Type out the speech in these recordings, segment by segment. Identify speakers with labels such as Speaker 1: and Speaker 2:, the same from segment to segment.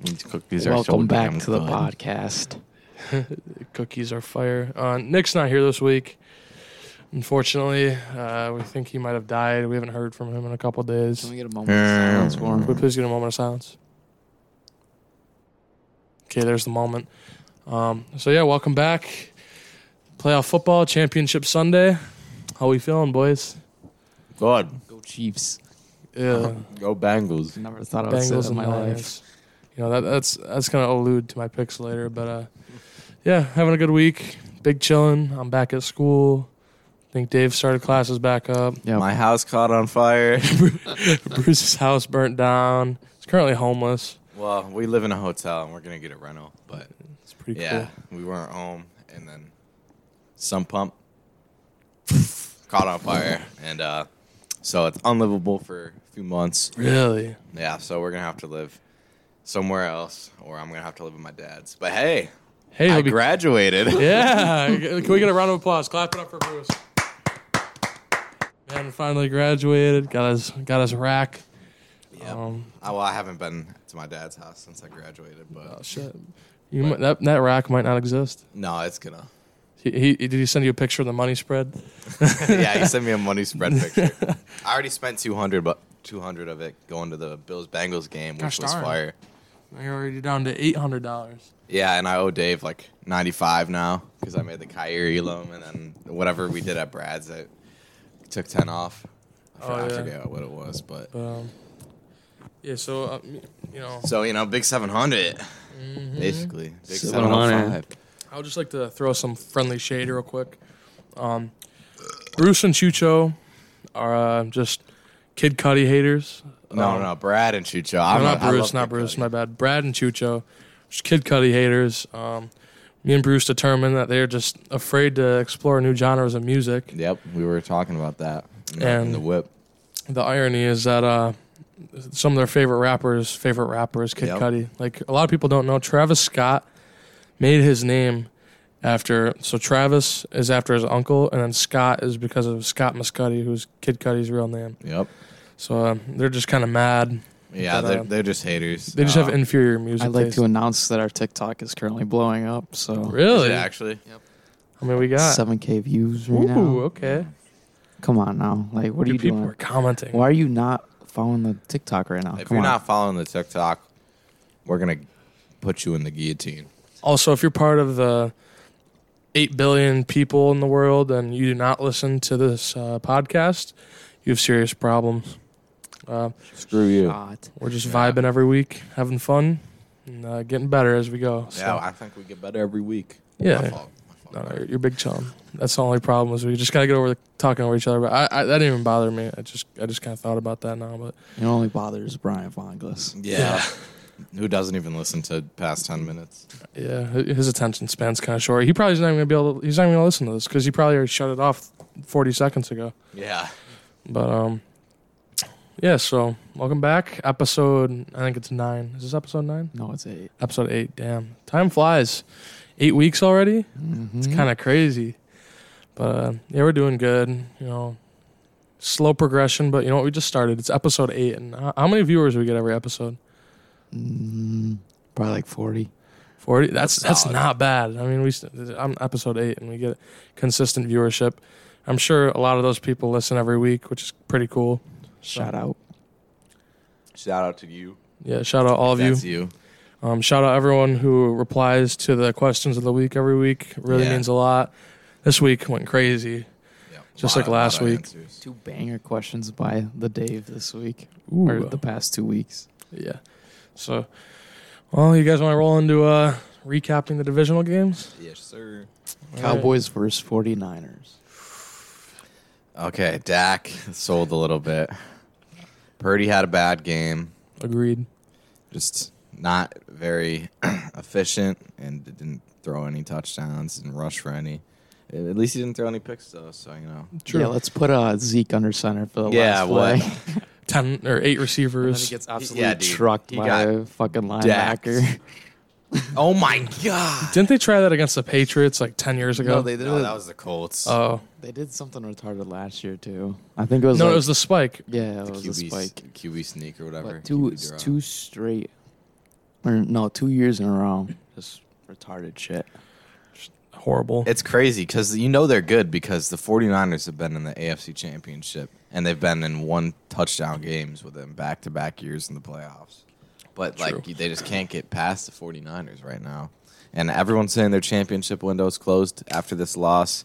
Speaker 1: These cookies are so
Speaker 2: Welcome back
Speaker 1: damn
Speaker 2: to the
Speaker 1: good.
Speaker 2: podcast.
Speaker 3: Cookies are fire. Uh, Nick's not here this week. Unfortunately, uh, we think he might have died. We haven't heard from him in a couple
Speaker 2: Can
Speaker 3: days.
Speaker 2: we get a moment of silence for
Speaker 3: Would we
Speaker 2: him?
Speaker 3: please get a moment of silence? Okay, there's the moment. Um, so yeah, welcome back. Playoff football championship Sunday. How we feeling, boys? Uh,
Speaker 1: Good.
Speaker 2: Go Chiefs.
Speaker 3: Yeah,
Speaker 1: Go Bengals.
Speaker 2: Never thought I would say that
Speaker 3: Bengals
Speaker 2: in my life.
Speaker 3: Lions. You know that, that's that's gonna allude to my picks later, but uh, yeah, having a good week. Big chilling. I'm back at school. I think Dave started classes back up.
Speaker 2: Yep.
Speaker 1: My house caught on fire.
Speaker 3: Bruce's house burnt down. He's currently homeless.
Speaker 1: well, we live in a hotel and we're gonna get a rental, but
Speaker 3: It's pretty
Speaker 1: yeah, we weren't home, and then some pump caught on fire, and uh, so it's unlivable for a few months.
Speaker 3: cool. Really?
Speaker 1: Yeah, so we're gonna have to live somewhere else, or I'm gonna have to live with my dad's. But hey,
Speaker 3: Hey,
Speaker 1: I
Speaker 3: he'll be
Speaker 1: graduated.
Speaker 3: Yeah. Can we get a round of applause? Clap it up for Bruce. Man, finally graduated. Got us got us rack.
Speaker 1: Yep.
Speaker 3: Um,
Speaker 1: I, well, I haven't been to my dad's house since I graduated, but
Speaker 3: oh shit. You might, that that rack might not exist.
Speaker 1: no, it's gonna.
Speaker 3: He, he did he send you a picture of the money spread?
Speaker 1: yeah, he sent me a money spread picture. I already spent 200, but 200 of it going to the Bills Bengals game, which
Speaker 3: Gosh
Speaker 1: was
Speaker 3: darn.
Speaker 1: fire.
Speaker 3: You're already down to eight hundred dollars.
Speaker 1: Yeah, and I owe Dave like 95 now because I made the Kyrie loan and then whatever we did at Brad's, I took 10 off. I,
Speaker 3: Oh,
Speaker 1: forgot, I
Speaker 3: yeah.
Speaker 1: forget what it was, but
Speaker 3: Um, yeah. So uh, you know,
Speaker 1: so you know, big 700,
Speaker 3: Mm-hmm.
Speaker 1: basically big
Speaker 2: 700.
Speaker 1: 705.
Speaker 3: I would just like to throw some friendly shade real quick. Um, Bruce and Chucho are uh, just Kid Cudi haters.
Speaker 1: No,
Speaker 3: Um,
Speaker 1: no, Brad and Chucho.
Speaker 3: No,
Speaker 1: I'm
Speaker 3: not
Speaker 1: I
Speaker 3: Bruce,
Speaker 1: love
Speaker 3: not
Speaker 1: Big
Speaker 3: Bruce.
Speaker 1: Cuddy.
Speaker 3: My bad. Brad and Chucho, just Kid Cudi haters. Um, me and Bruce determined that they're just afraid to explore new genres of music.
Speaker 1: Yep, we were talking about that and
Speaker 3: And-
Speaker 1: the whip.
Speaker 3: The irony is that uh, some of their favorite rappers, favorite rappers, Kid
Speaker 1: Yep.
Speaker 3: Cudi. Like a lot of people don't know, Travis Scott made his name after. So Travis is after his uncle, and then Scott is because of Scott Muscuddy, who's Kid Cudi's real name.
Speaker 1: Yep.
Speaker 3: So um, they're just kind of mad.
Speaker 1: Yeah,
Speaker 3: But,
Speaker 1: they're,
Speaker 3: uh,
Speaker 1: they're just haters.
Speaker 3: They just
Speaker 1: Uh,
Speaker 3: have inferior music.
Speaker 2: I'd like
Speaker 3: taste.
Speaker 2: to announce that our TikTok is currently blowing up. So
Speaker 1: is
Speaker 3: really.
Speaker 1: it actually.
Speaker 3: I mean, we got.
Speaker 2: seven k views right
Speaker 3: Ooh,
Speaker 2: now.
Speaker 3: okay.
Speaker 2: Come on now, like what are
Speaker 3: Dude,
Speaker 2: you
Speaker 3: people
Speaker 2: doing?
Speaker 3: are commenting.
Speaker 2: Why are you not following the TikTok right
Speaker 3: Oh,
Speaker 2: now?
Speaker 1: If
Speaker 2: Come
Speaker 1: you're
Speaker 2: on.
Speaker 1: not following the TikTok, we're gonna put you in the guillotine.
Speaker 3: Also, if you're part of the 8 billion people in the world and you do not listen to this uh, podcast, you have serious problems. Uh,
Speaker 1: Screw you.
Speaker 2: Shot.
Speaker 3: we're just
Speaker 1: Yeah.
Speaker 3: vibing every week, having fun, and uh, getting better as we go. So,
Speaker 1: Yeah, I think we get better every week. My
Speaker 3: yeah.
Speaker 1: fault. My
Speaker 3: No,
Speaker 1: fault.
Speaker 3: no, you're, you're big chum. That's the only problem is we just gotta get over the, talking over each other. But I, I, that didn't even bother me. I just I just kind of thought about that now. But
Speaker 2: It only bothers Brian Vonglis.
Speaker 1: Yeah. Who doesn't even listen to past ten minutes?
Speaker 3: yeah, hi- his attention span's kind of short. He probably's not even gonna be able. To, he's not even gonna listen to this because he probably already shut it off 40 seconds ago.
Speaker 1: Yeah.
Speaker 3: But um, yeah. So welcome back, episode. I think it's nine. Is this episode nine?
Speaker 2: No, it's 8
Speaker 3: Episode eight. Damn, time flies. Eight weeks already.
Speaker 2: Mm-hmm.
Speaker 3: It's kind of crazy. But uh, yeah, we're doing good. You know, slow progression. But you know what? We just started. It's episode eight, and how, how many viewers do we get every episode?
Speaker 2: mm, probably like forty.
Speaker 3: Forty. That's
Speaker 1: That's
Speaker 3: that's
Speaker 1: solid.
Speaker 3: not bad. I mean, we st- I'm episode eight, and we get consistent viewership. I'm sure a lot of those people listen every week, which is pretty cool.
Speaker 2: Shout out.
Speaker 1: Shout out to you.
Speaker 3: Yeah, shout out all of you.
Speaker 1: That's you.
Speaker 3: Um, shout out everyone who replies to the questions of the week every week. Really
Speaker 1: Yeah.
Speaker 3: means a lot. This week went crazy.
Speaker 1: Yeah,
Speaker 3: Just
Speaker 1: lot
Speaker 3: like
Speaker 1: of-
Speaker 3: last
Speaker 1: lot of
Speaker 3: week.
Speaker 1: answers.
Speaker 2: Two banger questions by the Dave this week or
Speaker 3: Ooh,
Speaker 2: the past two weeks.
Speaker 3: yeah. So, well, you guys want to roll into uh, recapping the divisional games?
Speaker 1: Yes, sir.
Speaker 2: Cowboys versus 49ers.
Speaker 1: Okay, Dak sold a little bit. Purdy had a bad game.
Speaker 3: Agreed.
Speaker 1: just not very efficient and didn't throw any touchdowns and rush for any. At least he didn't throw any picks though, so you know.
Speaker 3: True.
Speaker 2: Yeah, let's put uh, Zeke under center for the
Speaker 1: Yeah,
Speaker 2: last
Speaker 1: what?
Speaker 2: play.
Speaker 3: Ten or
Speaker 2: And
Speaker 3: eight
Speaker 2: then he
Speaker 3: receivers.
Speaker 2: gets absolutely
Speaker 1: Yeah, dude.
Speaker 2: trucked
Speaker 1: He
Speaker 2: by
Speaker 1: got
Speaker 2: a fucking
Speaker 1: Dax.
Speaker 2: linebacker.
Speaker 1: Oh my god!
Speaker 3: Didn't they try that against the Patriots like ten years ago?
Speaker 2: no, Uh, they did.
Speaker 1: No,
Speaker 2: it-
Speaker 1: that was the Colts.
Speaker 3: Oh
Speaker 2: they did something retarded last year too. I think it was.
Speaker 3: no,
Speaker 2: like-
Speaker 3: it was the spike.
Speaker 2: yeah, it
Speaker 1: the
Speaker 2: was a
Speaker 1: QB,
Speaker 2: spike.
Speaker 1: QB sneak or whatever.
Speaker 2: But two,
Speaker 1: QB draw.
Speaker 2: two straight or no, two years in a row. Just retarded shit.
Speaker 3: Horrible.
Speaker 1: It's crazy because you know they're good because the 49ers have been in the AFC Championship and they've been in one touchdown games with them back to back years in the playoffs. But like
Speaker 3: True.
Speaker 1: they just can't get past the 49ers right now. And everyone's saying their championship window is closed after this loss,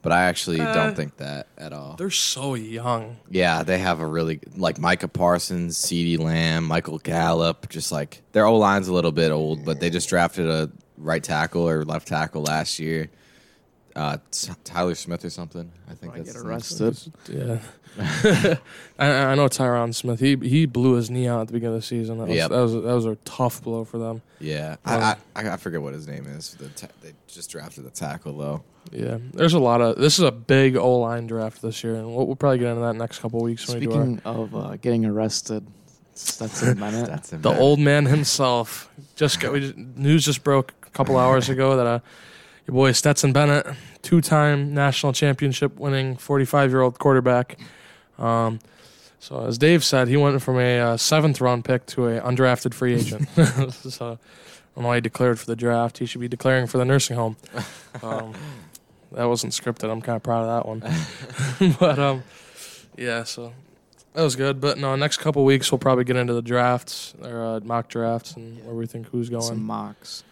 Speaker 1: but I actually
Speaker 3: Uh,
Speaker 1: don't think that at all.
Speaker 3: They're so young.
Speaker 1: Yeah, they have a really like Micah Parsons, CeeDee Lamb, Michael Gallup, just like their O line's a little bit old, but they just drafted a right tackle or left tackle last year. Uh, T- Tyler Smith or something. I think
Speaker 2: I
Speaker 1: that's
Speaker 2: get
Speaker 1: the next
Speaker 2: arrested.
Speaker 3: Yeah. I, I know Tyron Smith. He he blew his knee out at the beginning of the season. That was,
Speaker 1: Yep.
Speaker 3: that was that was a tough blow for them.
Speaker 1: one. Yeah,
Speaker 3: Um,
Speaker 1: I, I I forget what his name is. The ta- they just drafted the tackle though.
Speaker 3: Yeah. There's a lot of this is a big O line draft this year, and we'll, we'll probably get into that next couple weeks when we do our,
Speaker 2: Speaking of uh, getting arrested, Stetson Bennett.
Speaker 1: That's
Speaker 3: the old man himself. Just got, we just, news just broke a couple hours ago that uh, your boy Stetson Bennett, two-time national championship winning 45-year-old quarterback. Um, so as Dave said, he went from a uh, seventh round pick to a undrafted free agent. so I don't know why he declared for the draft. He should be declaring for the nursing home. Um, that wasn't scripted. I'm kind of proud of that one. but um, yeah, so that was good. But no, next couple weeks we'll probably get into the drafts or uh, mock drafts and where we think who's going.
Speaker 2: Some mocks.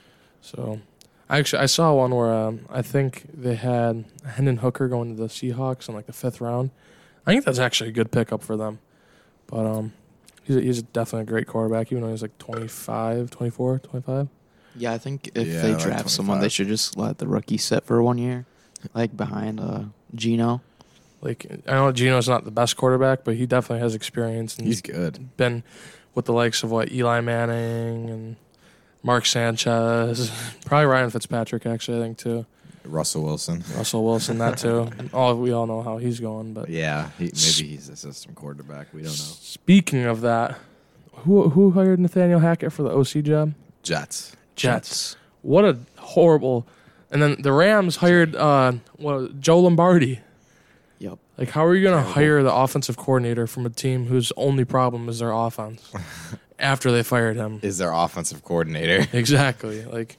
Speaker 3: So, I actually, I saw one where um, I think they had Hendon Hooker going to the Seahawks in like the fifth round. I think that's actually a good pickup for them. But um, he's, a, he's definitely a great quarterback, even though he's like 25, 24, 25.
Speaker 2: Yeah, I think if
Speaker 1: Yeah,
Speaker 2: they
Speaker 1: like
Speaker 2: draft someone, they
Speaker 1: 25.
Speaker 2: should just let the rookie sit for one year, like behind uh, Gino.
Speaker 3: Like, I know Gino's not the best quarterback, but he definitely has experience and
Speaker 1: He's good.
Speaker 3: been with the likes of what Eli Manning and Mark Sanchez, probably Ryan Fitzpatrick, actually, I think, too.
Speaker 1: Russell Wilson.
Speaker 3: Russell Wilson, that, too. all, we all know how he's going, but.
Speaker 1: Yeah, he, maybe he's a system quarterback. We don't know.
Speaker 3: Speaking of that, who who hired Nathaniel Hackett for the OC job?
Speaker 1: Jets.
Speaker 3: Jets. What a horrible. And then the Rams hired uh, what, Joe Lombardi.
Speaker 2: Yep.
Speaker 3: Like, how are you going to hire the offensive coordinator from a team whose only problem is their offense after they fired him?
Speaker 1: Is their offensive coordinator.
Speaker 3: Exactly. Like,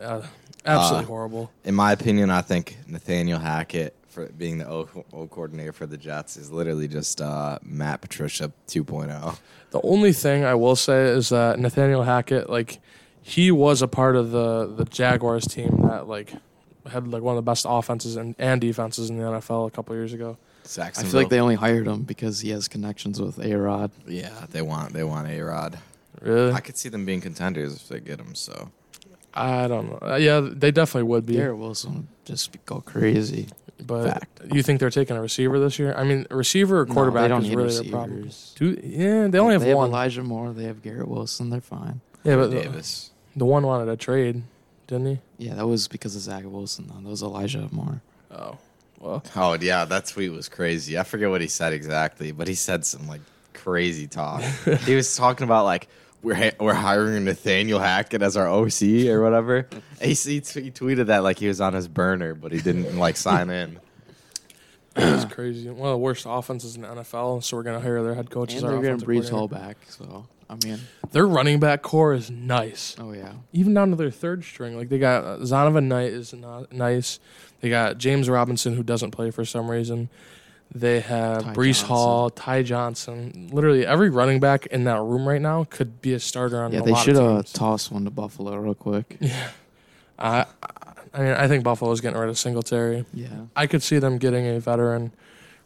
Speaker 3: uh, absolutely
Speaker 1: Uh,
Speaker 3: horrible.
Speaker 1: in my opinion, I think Nathaniel Hackett for being the O, o coordinator for the Jets is literally just uh, Matt Patricia oh. 2.0.
Speaker 3: The only thing I will say is that Nathaniel Hackett, like, he was a part of the the Jaguars team that like had like one of the best offenses and, and defenses in the NFL a couple years ago.
Speaker 2: I feel like they only hired him because he has connections with A Rod.
Speaker 1: yeah, they want they want A Rod.
Speaker 3: Really,
Speaker 1: I could see them being contenders if they get him. So
Speaker 3: I don't know. Uh, yeah, they definitely would be.
Speaker 2: Garrett Wilson would just be- go crazy.
Speaker 3: but you think they're taking a receiver this year? I mean, a receiver or
Speaker 2: No,
Speaker 3: quarterback
Speaker 2: they don't
Speaker 3: is
Speaker 2: need
Speaker 3: really their problem.
Speaker 2: receivers.
Speaker 3: Dude, yeah, they only have
Speaker 2: they
Speaker 3: one.
Speaker 2: Have Elijah Moore. They have Garrett Wilson. They're fine.
Speaker 3: yeah, but uh, the,
Speaker 1: Davis.
Speaker 3: the one wanted a trade, didn't he?
Speaker 2: Yeah, that was because of Zach Wilson. Though. That was Elijah Moore.
Speaker 3: Oh, well,
Speaker 1: Oh yeah, that tweet was crazy. I forget what he said exactly, but he said some like crazy talk. he was talking about like we're ha- we're hiring Nathaniel Hackett as our OC or whatever. he, s- he, t- he tweeted that like he was on his burner, but he didn't like sign in.
Speaker 3: it's crazy. One of the worst offenses in the NFL, so we're gonna hire their head coach. as
Speaker 2: And
Speaker 3: our
Speaker 2: they're getting
Speaker 3: offensive
Speaker 2: Brees
Speaker 3: coordinator.
Speaker 2: Hall back. So I mean,
Speaker 3: Their running back core is nice,
Speaker 2: oh yeah,
Speaker 3: even down to their third string. Like they got uh, Zonovan Knight is not nice. They got James Robinson who doesn't play for some reason. They have
Speaker 2: Ty
Speaker 3: Brees Hall, Ty Johnson. Literally every running back in that room right now could be a starter on.
Speaker 2: yeah.
Speaker 3: a
Speaker 2: They
Speaker 3: lot
Speaker 2: should
Speaker 3: of
Speaker 2: have
Speaker 3: teams.
Speaker 2: tossed one to Buffalo real quick.
Speaker 3: I, I- I mean, I think Buffalo's getting rid of Singletary.
Speaker 2: Yeah,
Speaker 3: I could see them getting a veteran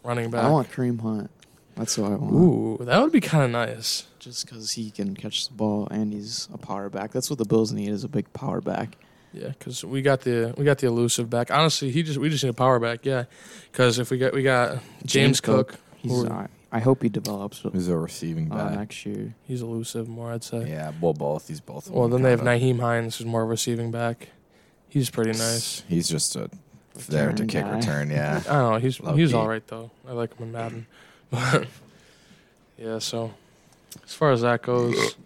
Speaker 3: running back.
Speaker 2: I want Kareem Hunt. That's what I want.
Speaker 3: Ooh, that would be kind of nice.
Speaker 2: Just because he can catch the ball and he's a power back. That's what the Bills need is a big power back.
Speaker 3: Yeah, because we got the we got the elusive back. Honestly, he just we just need a power back. Yeah, because if we got we got James, Cook,
Speaker 2: He's
Speaker 3: Or-
Speaker 2: not, I hope he develops uh,
Speaker 1: Who's a receiving
Speaker 3: Oh,
Speaker 2: next year.
Speaker 3: he's elusive more. I'd say.
Speaker 1: Yeah, well, both. He's both.
Speaker 3: Well, then they have Naheem Hines, who's more of a receiving back. He's pretty nice.
Speaker 1: He's just a there to
Speaker 2: Return
Speaker 1: kick
Speaker 2: guy.
Speaker 1: return. Yeah.
Speaker 3: I don't know. He's
Speaker 1: Low
Speaker 3: he's
Speaker 1: key.
Speaker 3: all right though. I like him in Madden. But yeah, so as far as that goes,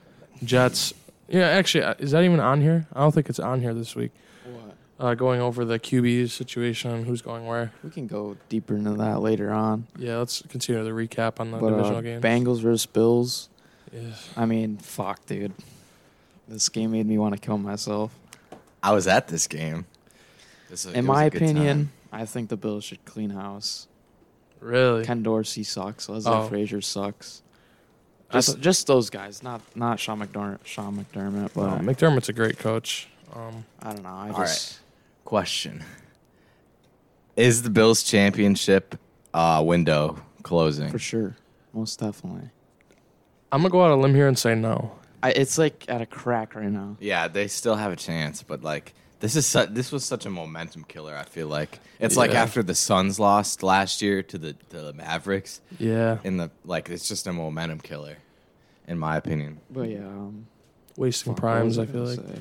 Speaker 3: Jets. Yeah, actually, uh, is that even on here? I don't think it's on here this week.
Speaker 2: What?
Speaker 3: Uh, going over the QBs situation, who's going where.
Speaker 2: We can go deeper into that later on.
Speaker 3: Yeah, let's continue the recap on the
Speaker 2: But
Speaker 3: divisional
Speaker 2: uh,
Speaker 3: game.
Speaker 2: Bengals versus Bills.
Speaker 3: yeah.
Speaker 2: I mean, fuck, dude. This game made me want to kill myself.
Speaker 1: I was at this game. This was- it
Speaker 2: In
Speaker 1: was
Speaker 2: my
Speaker 1: a good
Speaker 2: opinion,
Speaker 1: time.
Speaker 2: I think the Bills should clean house.
Speaker 3: Really?
Speaker 2: Ken Dorsey sucks. Leslie
Speaker 3: Oh.
Speaker 2: Frazier sucks.
Speaker 3: I
Speaker 2: Just,
Speaker 3: thought-
Speaker 2: just those guys, not not Sean McDermott. Sean McDermott, but
Speaker 3: Uh, McDermott's a great coach. Um,
Speaker 2: I don't know. I
Speaker 1: All
Speaker 2: just
Speaker 1: question: Is the Bills championship uh, window closing?
Speaker 2: for sure, most definitely.
Speaker 3: I'm gonna go out on a limb here and say no.
Speaker 2: I, it's like at a crack right now.
Speaker 1: Yeah, they still have a chance, but like this is su- this was such a momentum killer. I feel like it's like
Speaker 3: Yeah.
Speaker 1: after the Suns lost last year to the to the Mavericks
Speaker 3: Yeah,
Speaker 1: in the like it's just a momentum killer, in my opinion.
Speaker 2: But yeah, um,
Speaker 3: wasting
Speaker 2: fuck, what was
Speaker 3: primes. I feel
Speaker 2: gonna
Speaker 3: like
Speaker 2: say?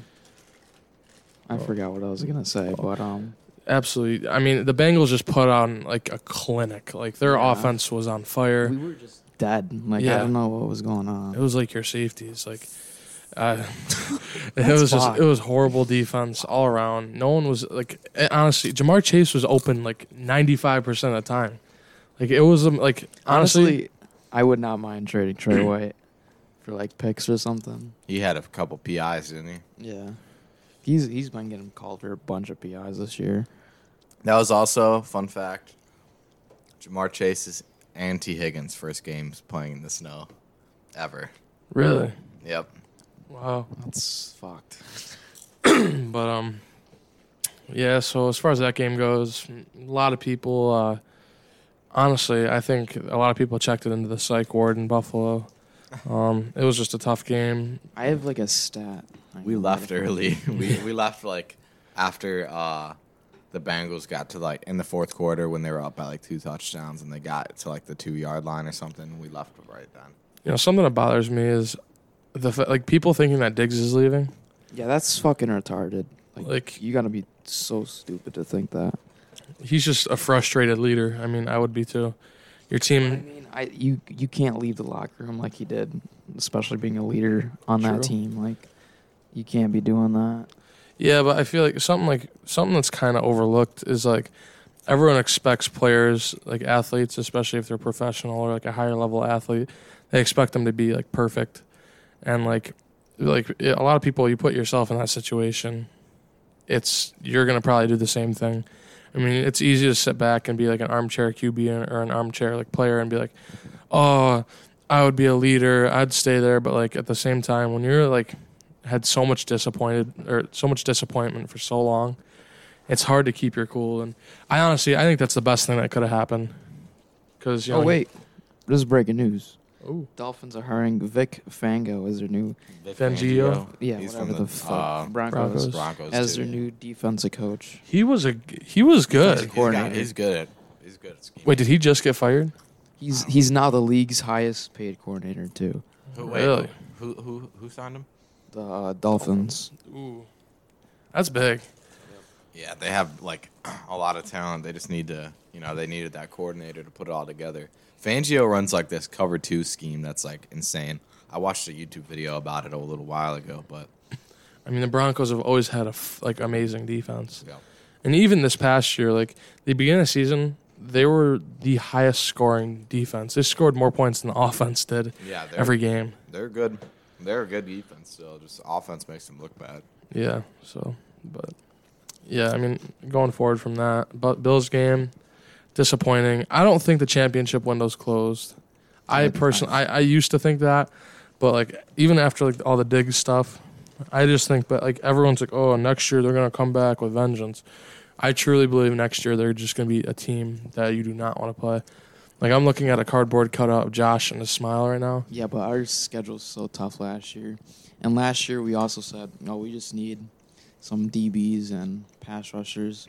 Speaker 2: I forgot what I was gonna say, but um,
Speaker 3: absolutely. I mean, the Bengals just put on like a clinic. Like their
Speaker 2: Yeah.
Speaker 3: offense was on fire.
Speaker 2: we were just dead. Like
Speaker 3: Yeah.
Speaker 2: I don't know what was going on.
Speaker 3: It was like your safeties. Like, uh, it
Speaker 2: That's
Speaker 3: was just
Speaker 2: fine.
Speaker 3: it was horrible defense all around. No one was like eh, honestly. Jamar Chase was open like ninety five percent of the time. Like it was um, like honestly,
Speaker 2: Honestly, I would not mind trading Trey White for like picks or something.
Speaker 1: He had a couple PIs, didn't he?
Speaker 2: Yeah. He's he's been getting called for a bunch of PIs this year.
Speaker 1: That was also fun fact. Jamar Chase's and T Higgins' first games playing in the snow, ever.
Speaker 3: really
Speaker 1: Yep.
Speaker 3: wow.
Speaker 2: That's fucked.
Speaker 3: But um, yeah. So as far as that game goes, a lot of people. Uh, honestly, I think a lot of people checked it into the psych ward in Buffalo. Um, it was just a tough game.
Speaker 2: I have like a stat. I
Speaker 1: We
Speaker 2: can
Speaker 1: left
Speaker 2: get it.
Speaker 1: early. we we left like after uh, the Bengals got to like in the fourth quarter when they were up by like two touchdowns and they got to like the two yard line or something. We left right then.
Speaker 3: You know, something that bothers me is the fa- like people thinking that Diggs is leaving.
Speaker 2: Yeah, that's fucking retarded. Like,
Speaker 3: Like-
Speaker 2: you gotta be so stupid to think that.
Speaker 3: He's just a frustrated leader. I mean, I would be too. Your
Speaker 2: I
Speaker 3: team,
Speaker 2: mean, I you you can't leave the locker room like he did, especially being a leader on
Speaker 3: True.
Speaker 2: that team. Like you can't be doing that.
Speaker 3: yeah, but I feel like something like something that's kind of overlooked is like everyone expects players, like athletes, especially if they're professional or like a higher level athlete, they expect them to be like perfect, and like like a lot of people, you put yourself in that situation, it's you're gonna probably do the same thing. I mean, it's easy to sit back and be like an armchair QB or an armchair like player and be like, oh, I would be a leader. I'd stay there. But like at the same time, when you're like had so much disappointed or so much disappointment for so long, it's hard to keep your cool. And I honestly, I think that's the best thing that could have happened. Because you know,
Speaker 2: Oh wait, this is breaking news.
Speaker 3: Ooh.
Speaker 2: Dolphins are hiring Vic Fango as their new
Speaker 3: Fangio?
Speaker 2: yeah
Speaker 1: He's
Speaker 2: whatever the,
Speaker 1: from the,
Speaker 2: fuck
Speaker 1: uh,
Speaker 2: Broncos,
Speaker 3: Broncos.
Speaker 1: Broncos
Speaker 2: as
Speaker 1: too.
Speaker 2: their new defensive coach.
Speaker 3: he was a he was good.
Speaker 1: He's got-
Speaker 2: coordinator.
Speaker 1: He's good. At, he's good. At scheming.
Speaker 3: Wait, did he just get fired?
Speaker 2: He's he's now the league's highest paid coordinator too.
Speaker 1: who, wait,
Speaker 3: really?
Speaker 1: Who who who signed him?
Speaker 2: The uh, Dolphins.
Speaker 3: Ooh, that's big.
Speaker 1: Yeah, they have like a lot of talent. They just need to, you know, they needed that coordinator to put it all together. Fangio runs like this cover two scheme that's like insane. I watched a YouTube video about it a little while ago, but
Speaker 3: I mean, the Broncos have always had a f- like amazing defense.
Speaker 1: yeah.
Speaker 3: And even this past year, like the beginning of the season, they were the highest scoring defense. They scored more points than the offense did
Speaker 1: Yeah, they're,
Speaker 3: every game.
Speaker 1: they're good. They're a good defense still. Just offense makes them look bad.
Speaker 3: Yeah. So, but yeah, I mean, going forward from that, but Bills game disappointing. I don't think the championship window's closed. I
Speaker 2: Yeah,
Speaker 3: personally, I, I used to think that, but like even after like all the dig stuff, I just think that like everyone's like, oh, next year they're gonna come back with vengeance. I truly believe next year they're just gonna be a team that you do not want to play. Like I'm looking at a cardboard cutout of Josh and his smile right now.
Speaker 2: Yeah, but our schedule's so tough last year, and last year we also said, no, we just need some DBs and pass rushers.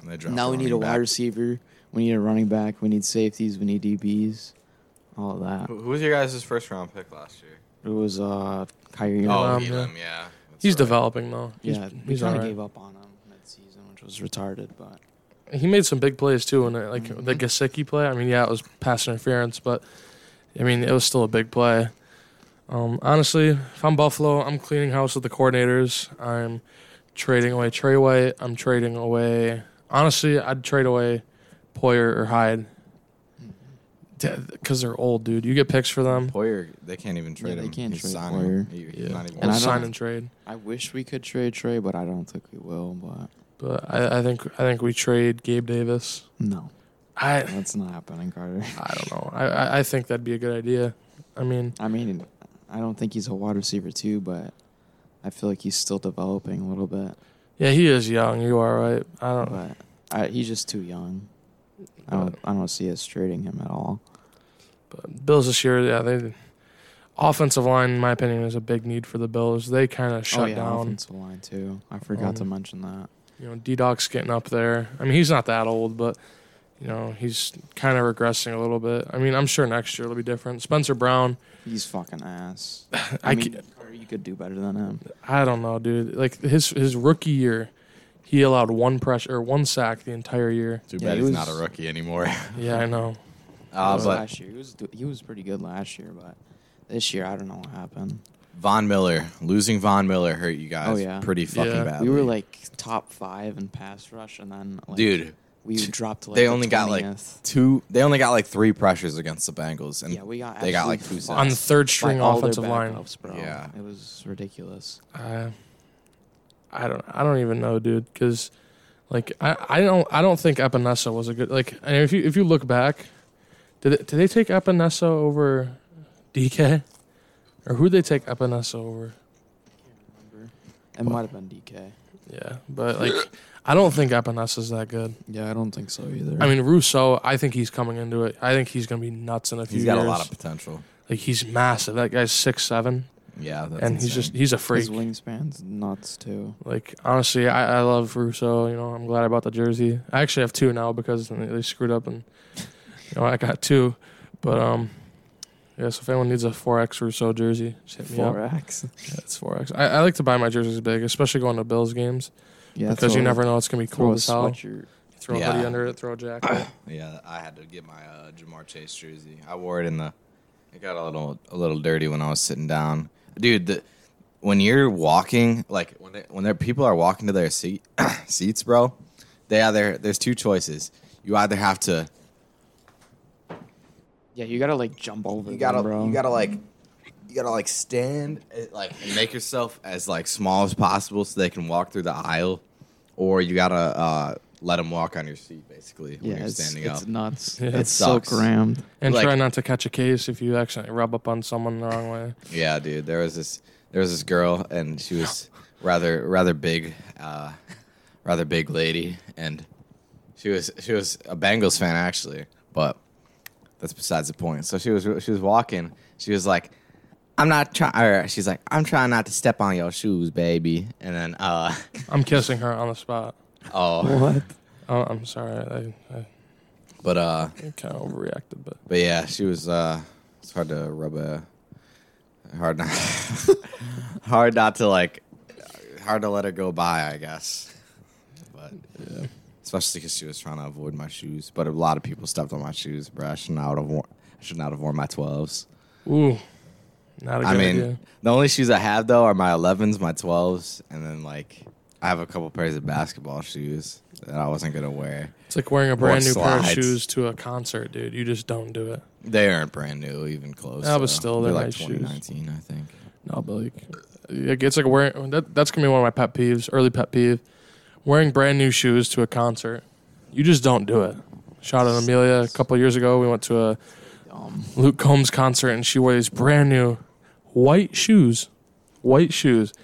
Speaker 1: And they dropped
Speaker 2: now we
Speaker 1: running
Speaker 2: need a
Speaker 1: back.
Speaker 2: wide receiver. We need a running back. We need safeties. We need DBs. All of that.
Speaker 1: Who, who was your guys' first round pick last year?
Speaker 2: It was uh Kyrie.
Speaker 1: oh,
Speaker 2: Irving.
Speaker 3: Elam,
Speaker 1: Elam, yeah. That's
Speaker 3: um, He's
Speaker 1: right.
Speaker 3: developing though. He's-
Speaker 2: yeah, we
Speaker 3: he's
Speaker 2: kind of
Speaker 3: alright.
Speaker 2: gave up on him mid-season, which was retarded. But
Speaker 3: he made some big plays too, and uh, like
Speaker 1: Mm-hmm.
Speaker 2: Mhm.
Speaker 3: the Gasicki play. I mean, yeah, it was pass interference, but I mean, it was still a big play. Um, honestly, if I'm Buffalo, I'm cleaning house with the coordinators. I'm trading away Trey White. I'm trading away. Honestly, I'd trade away Poyer or Hyde. because they're old, dude. You get picks for them.
Speaker 1: Poyer, they can't even trade
Speaker 2: they
Speaker 1: him.
Speaker 2: can't
Speaker 1: He's
Speaker 2: trade
Speaker 1: signing.
Speaker 2: Poyer.
Speaker 1: He- he's
Speaker 3: Yeah.
Speaker 1: not even
Speaker 2: And
Speaker 3: Or
Speaker 2: I
Speaker 1: worth
Speaker 2: don't-
Speaker 3: sign and trade.
Speaker 2: I wish we could trade Trey, but I don't think we will. But
Speaker 3: But I, I think I think we trade Gabe Davis.
Speaker 2: no,
Speaker 3: I
Speaker 2: that's not happening, Carter.
Speaker 3: I don't know. I- I, I think that'd be a good idea. I mean,
Speaker 2: I mean, I don't think he's a wide receiver too, but I feel like he's still developing a little bit.
Speaker 3: yeah, he is young. You are right. I don't.
Speaker 2: But I, he's just too young. I don't, I don't see us trading him at all.
Speaker 3: But Bills this year, yeah, they offensive line, in my opinion, is a big need for the Bills. They kind of shut
Speaker 2: oh yeah,
Speaker 3: down.
Speaker 2: offensive line too. I forgot to
Speaker 3: Um,
Speaker 2: mention that.
Speaker 3: You know, D Doc's getting up there. I mean, he's not that old, but you know, he's kind of regressing a little bit. I mean, I'm sure next year it'll be different. Spencer Brown,
Speaker 2: He's fucking ass.
Speaker 3: I
Speaker 2: I mean, Carter, you could do better than him.
Speaker 3: I don't know, dude. Like his his rookie year, he allowed one pressure or one sack the entire year.
Speaker 1: Too
Speaker 2: Yeah,
Speaker 1: bad
Speaker 2: he
Speaker 1: he's
Speaker 2: was-
Speaker 1: not a rookie anymore.
Speaker 3: Yeah, I know.
Speaker 2: That
Speaker 3: Ah,
Speaker 1: uh,
Speaker 2: was
Speaker 1: but
Speaker 2: last year he was do- he was pretty good last year, but this year I don't know what happened.
Speaker 1: Von Miller losing Von Miller hurt you guys
Speaker 2: Oh, yeah.
Speaker 1: pretty fucking
Speaker 3: Yeah.
Speaker 1: badly.
Speaker 2: We were like top five in pass rush, and then like,
Speaker 1: dude,
Speaker 2: we
Speaker 1: t-
Speaker 2: dropped. To, like,
Speaker 1: they
Speaker 2: the
Speaker 1: only got like
Speaker 2: 20th.
Speaker 1: two. They only got like three pressures against the Bengals, and
Speaker 2: yeah, we got
Speaker 1: they got, like,
Speaker 2: absolutely
Speaker 1: two sacks.
Speaker 2: fucked
Speaker 3: On the third
Speaker 2: by
Speaker 3: string
Speaker 2: all their
Speaker 3: offensive line.
Speaker 2: backups, bro.
Speaker 1: Yeah.
Speaker 2: it was ridiculous.
Speaker 3: I I don't I don't even know, dude, because like I, I don't I don't think Epinesa was a good like and if you if you look back, did it, did they take Epinesa over DK? Or who they take Epinesa over?
Speaker 2: It might have been DK.
Speaker 3: Yeah. But like I don't think Epinesa's that good.
Speaker 2: Yeah, I don't think so either.
Speaker 3: I mean Rousseau, I think he's coming into it. I think he's gonna be nuts in a few
Speaker 1: he's got
Speaker 3: years.
Speaker 1: a lot of potential.
Speaker 3: like he's massive. That guy's six seven
Speaker 1: Yeah, that's
Speaker 3: and he's
Speaker 1: insane.
Speaker 3: just he's a freak.
Speaker 2: his wingspan's nuts too.
Speaker 3: Like honestly, I, I love Russo. You know, I'm glad I bought the jersey. I actually have two now because they- they screwed up and you know I got two. But um, yeah. So if anyone needs a four X Russo jersey, just hit me up.
Speaker 2: X.
Speaker 3: Yeah, it's four X. I, I like to buy my jerseys big, especially going to Bills games
Speaker 2: Yeah,
Speaker 3: because you
Speaker 2: throw-
Speaker 3: never know it's gonna be
Speaker 2: throw
Speaker 3: cool
Speaker 2: a
Speaker 3: as hell.
Speaker 2: sweatshirt.
Speaker 3: Throw a
Speaker 1: Yeah.
Speaker 3: hoodie under it, throw a jacket.
Speaker 1: Yeah, I had to get my uh, Jamar Chase jersey. I wore it in the. It got a little a little dirty when I was sitting down, dude. The, when you're walking, like when they, when their people are walking to their seat seats, bro, they either there's two choices. You either have to
Speaker 2: Yeah, you gotta like jump over.
Speaker 1: you gotta
Speaker 2: them, bro.
Speaker 1: you gotta like you gotta like stand uh, like and make yourself as like small as possible so they can walk through the aisle, or you gotta uh, let them walk on your seat basically when
Speaker 2: Yeah,
Speaker 1: you're
Speaker 2: it's,
Speaker 1: standing
Speaker 2: it's
Speaker 1: up.
Speaker 2: nuts.
Speaker 3: Yeah. It
Speaker 2: it's so
Speaker 1: sucks.
Speaker 2: crammed.
Speaker 3: and
Speaker 1: Like-
Speaker 3: try not to catch a case if you accidentally rub up on someone the wrong way.
Speaker 1: Yeah, dude. There was this there was this girl and she was rather rather big uh rather big lady and she was she was a Bengals fan actually, but that's besides the point. So she was she was walking. She was like I'm not trying. She's like, I'm trying not to step on your shoes, baby. And then, uh,
Speaker 3: I'm kissing her on the spot.
Speaker 1: oh,
Speaker 2: What?
Speaker 3: Oh, I'm sorry. I, I,
Speaker 1: but uh,
Speaker 3: I kind of overreacted, but
Speaker 1: but yeah, she was. Uh, it's hard to rub a hard not hard not to like hard to let her go by, I guess. But especially because she was trying to avoid my shoes. But a lot of people stepped on my shoes, bro. I should not have worn. I should not have worn my twelves.
Speaker 3: ooh, not a good
Speaker 1: I mean,
Speaker 3: idea.
Speaker 1: the only shoes I have though are my elevens, my twelves, and then like I have a couple pairs of basketball shoes that I wasn't gonna wear.
Speaker 3: It's like wearing a brand new pair of
Speaker 1: slides.
Speaker 3: shoes to a concert, dude. You just don't do it.
Speaker 1: They aren't brand new, even close.
Speaker 3: No, but
Speaker 1: though.
Speaker 3: still,
Speaker 1: they're
Speaker 3: they're
Speaker 1: like
Speaker 3: nice shoes.
Speaker 1: 2019, I think.
Speaker 3: No, but like, like, it's like wearing that, that's gonna be one of my pet peeves, early pet peeve. Wearing brand new shoes to a concert, you just don't do it. Shout out Amelia. A couple years ago, we went to a
Speaker 2: Um,
Speaker 3: Luke Combs concert, and she wore these brand new white shoes, white shoes,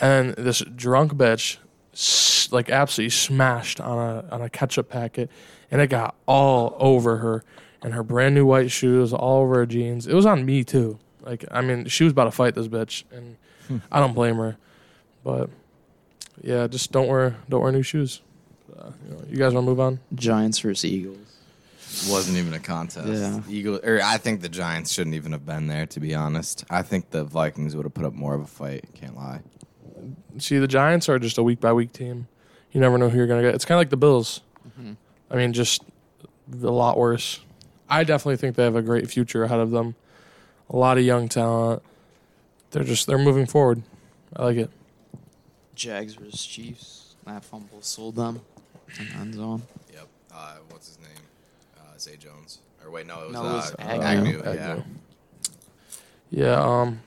Speaker 3: and this drunk bitch s- like absolutely smashed on a on a ketchup packet, and it got all over her and her brand new white shoes, all over her jeans. It was on me too. Like I mean, she was about to fight this bitch, and I don't blame her, but yeah, just don't wear don't wear new shoes. Uh, you, know, you guys want to move on?
Speaker 2: Giants versus Eagles.
Speaker 1: wasn't even a contest.
Speaker 2: Yeah.
Speaker 1: Eagle, or I think the Giants shouldn't even have been there. To be honest, I think the Vikings would have put up more of a fight. Can't lie.
Speaker 3: see the Giants are just a week by week team. You never know who you're gonna get. It's kind of like the Bills. I mean, just a lot worse. I definitely think they have a great future ahead of them. A lot of young talent. They're just they're moving forward. I like it.
Speaker 2: Jags versus Chiefs. That fumble sold them in the end zone.
Speaker 1: Yep. Uh, what's his name? Uh, Zay Jones. Or wait, no, it was,
Speaker 2: No, it was,
Speaker 1: uh,
Speaker 2: uh,
Speaker 1: Agnew.
Speaker 3: Agnew.
Speaker 1: Yeah.
Speaker 3: Yeah. Um.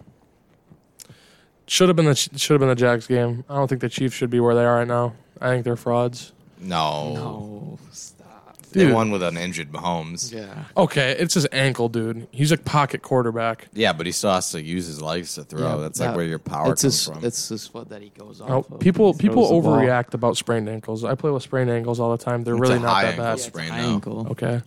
Speaker 3: Should have been the should have been the Jags game. I don't think the Chiefs should be where they are right now. I think they're frauds.
Speaker 1: No.
Speaker 2: No, stop.
Speaker 1: They
Speaker 3: Dude.
Speaker 1: won with an injured Mahomes. Yeah.
Speaker 2: Yeah.
Speaker 3: Okay, it's his ankle, dude. He's a pocket quarterback.
Speaker 1: but he still has to use his legs to throw.
Speaker 2: Yeah,
Speaker 1: That's
Speaker 2: that-
Speaker 1: like where your power
Speaker 2: it's
Speaker 1: comes
Speaker 2: his,
Speaker 1: from.
Speaker 2: It's his foot that he goes
Speaker 3: No,
Speaker 2: off. of.
Speaker 3: Oh, people
Speaker 2: He
Speaker 3: people
Speaker 2: throws the ball.
Speaker 3: overreact about sprained ankles. I play with sprained ankles all the time. They're
Speaker 1: It's
Speaker 3: really
Speaker 1: a
Speaker 3: not
Speaker 1: high
Speaker 3: that
Speaker 1: ankle
Speaker 3: bad.
Speaker 1: sprain. sprained
Speaker 2: high
Speaker 1: now.
Speaker 2: ankle.
Speaker 3: Okay,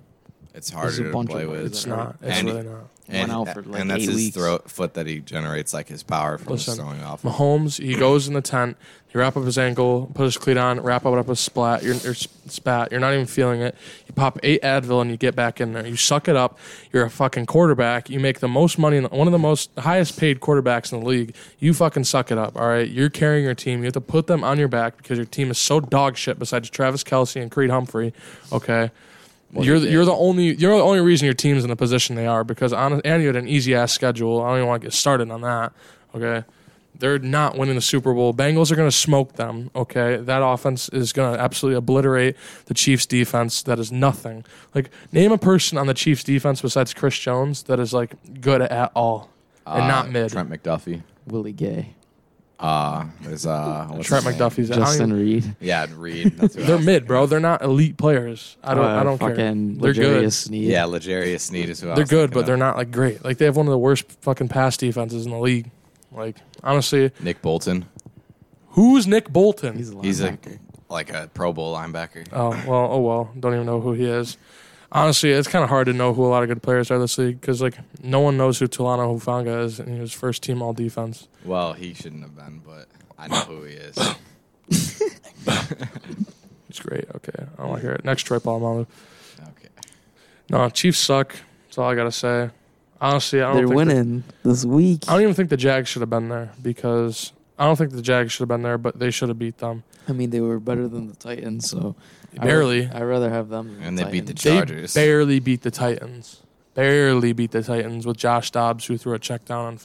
Speaker 1: It's
Speaker 2: There's a
Speaker 1: harder to
Speaker 2: bunch
Speaker 1: play
Speaker 2: of
Speaker 1: with.
Speaker 2: players
Speaker 3: it's
Speaker 2: that are-
Speaker 3: not. It's
Speaker 1: And-
Speaker 3: really not.
Speaker 2: Went out for like
Speaker 1: and that's
Speaker 2: eight
Speaker 1: his
Speaker 2: weeks.
Speaker 1: throat foot that he generates like his power from
Speaker 3: Listen,
Speaker 1: throwing off.
Speaker 3: Mahomes, he goes in the tent. He wrap up his ankle, put his cleat on, wrap it up with splat. You're, you're spat. You're not even feeling it. You pop eight Advil and you get back in there. You suck it up. You're a fucking quarterback. You make the most money, in the, one of the most highest paid quarterbacks in the league. You fucking suck it up. All right, you're carrying your team. You have to put them on your back because your team is so dog shit. Besides Travis Kelsey and Creed Humphrey, okay. You're the, you're the only you're the only reason your team's in the position they are because honest, and you had an easy ass schedule. I don't even want to get started on that. Okay, they're not winning the Super Bowl. Bengals are going to smoke them. Okay, that offense is going to absolutely obliterate the Chiefs defense. That is nothing. Like name a person on the Chiefs defense besides Chris Jones that is like good at all and
Speaker 1: Uh,
Speaker 3: not mid. Trent,
Speaker 1: Trent McDuffie.
Speaker 2: Willie Gay,
Speaker 1: Uh, there's uh, what's his name?
Speaker 3: McDuffie's. I don't
Speaker 2: Justin
Speaker 3: even-
Speaker 2: Reed.
Speaker 1: Yeah, and Reed. That's who I
Speaker 3: they're
Speaker 1: was-
Speaker 3: mid, bro. They're not elite players. I don't.
Speaker 2: Uh,
Speaker 3: I don't care.
Speaker 2: fucking
Speaker 3: They're good.
Speaker 2: Legarius Sneed.
Speaker 1: Yeah, Legarius Sneed is who I
Speaker 3: They're
Speaker 1: was
Speaker 3: good,
Speaker 1: thinking
Speaker 3: but
Speaker 1: of.
Speaker 3: they're not like great. Like they have one of the worst fucking pass defenses in the league. Like honestly,
Speaker 1: Nick Bolton.
Speaker 3: who's Nick Bolton?
Speaker 2: he's a linebacker.
Speaker 1: He's a like a Pro Bowl linebacker.
Speaker 3: oh well, oh well. Don't even know who he is. Honestly, it's kind of hard to know who a lot of good players are this league because like no one knows who Tulano Hufanga is, and he was first team all defense.
Speaker 1: Well, he shouldn't have been, but I know who he is.
Speaker 3: He's great. Okay, I don't want to hear it. Next, Troy Polamalu.
Speaker 1: Okay.
Speaker 3: No, Chiefs suck. That's all I gotta say. Honestly, I don't.
Speaker 2: They're
Speaker 3: think
Speaker 2: winning this week.
Speaker 3: I don't even think the Jags should have been there because I don't think the Jags should have been there, but they should have beat them
Speaker 2: I mean, they were better than the Titans, so I
Speaker 3: barely.
Speaker 2: would- I'd rather have them. Than
Speaker 1: And
Speaker 2: the
Speaker 1: they beat the
Speaker 2: Titans.
Speaker 1: Ch- Chargers.
Speaker 3: They barely beat the Titans. Barely beat the Titans with Josh Dobbs, who threw a check down on.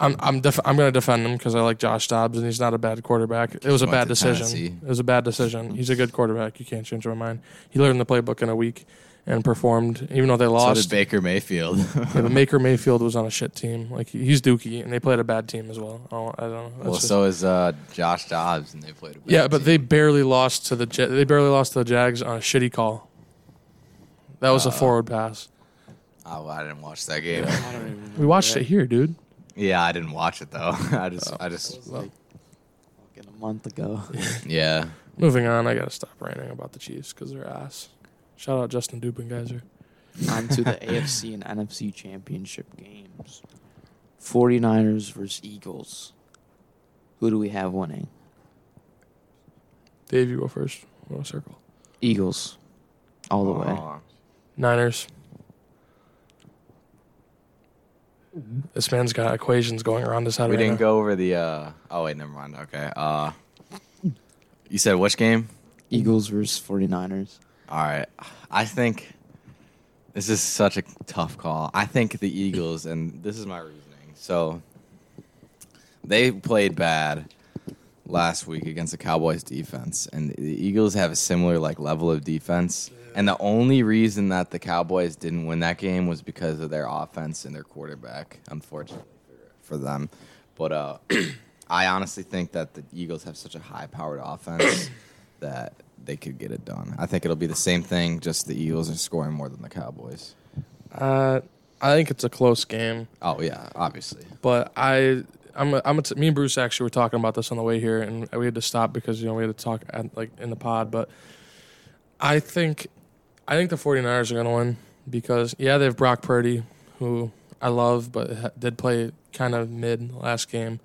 Speaker 3: I'm I'm def- I'm going to defend him because I like Josh Dobbs and he's not a bad quarterback. It was a
Speaker 1: Went
Speaker 3: bad
Speaker 1: to
Speaker 3: decision.
Speaker 1: Tennessee.
Speaker 3: It was a bad decision. He's a good quarterback. You can't change my mind. He learned the playbook in a week and performed, even though they
Speaker 1: So
Speaker 3: lost.
Speaker 1: did Baker Mayfield.
Speaker 3: Yeah, but Maker Mayfield was on a shit team. Like he- he's Dookie, and they played a bad team as well. Oh, I don't, I don't know. That's
Speaker 1: well,
Speaker 3: just-
Speaker 1: so is uh, Josh Dobbs, and they played. a bad
Speaker 3: yeah, but
Speaker 1: team.
Speaker 3: they barely lost to the Ja- they barely lost to the Jags on a shitty call. That was a
Speaker 1: Uh,
Speaker 3: forward pass.
Speaker 1: Oh, I didn't watch that game.
Speaker 2: I don't even remember
Speaker 3: We watched
Speaker 2: that.
Speaker 3: it here, dude.
Speaker 1: Yeah, I didn't watch it though. I just, I just,
Speaker 2: It was like fucking a month ago.
Speaker 1: yeah.
Speaker 3: Moving on, I gotta stop ranting about the Chiefs because they're ass. Shout out Justin Dupengizer.
Speaker 2: on to the AFC and NFC championship games. 49ers versus Eagles. Who do we have winning?
Speaker 3: Dave, you go first. We'll go circle.
Speaker 2: Eagles. All the way.
Speaker 1: Oh,
Speaker 3: Niners. This man's got equations going around his head.
Speaker 1: Mm-hmm. Uh, we
Speaker 3: right
Speaker 1: didn't
Speaker 3: now.
Speaker 1: go over the. uh Oh wait, never mind. Okay. Uh, you said which game?
Speaker 2: Eagles versus 49ers.
Speaker 1: All right. I think this is such a tough call. I think the Eagles, and this is my reasoning. So they played bad last week against the Cowboys defense, and the Eagles have a similar like level of defense. And the only reason that the Cowboys didn't win that game was because of their offense and their quarterback, unfortunately for, for them. But uh, I honestly think that the Eagles have such a high-powered offense that they could get it done. I think it'll be the same thing, just the Eagles are scoring more than the Cowboys.
Speaker 3: Uh, I think it's a close game.
Speaker 1: Oh yeah, obviously.
Speaker 3: but I I'm a, I'm a t- me and Bruce actually were talking about this on the way here, and we had to stop because you know we had to talk at, like in the pod. But I think I think the 49ers are going to win because yeah they have Brock Purdy who I love, but ha- did play kind of mid last game,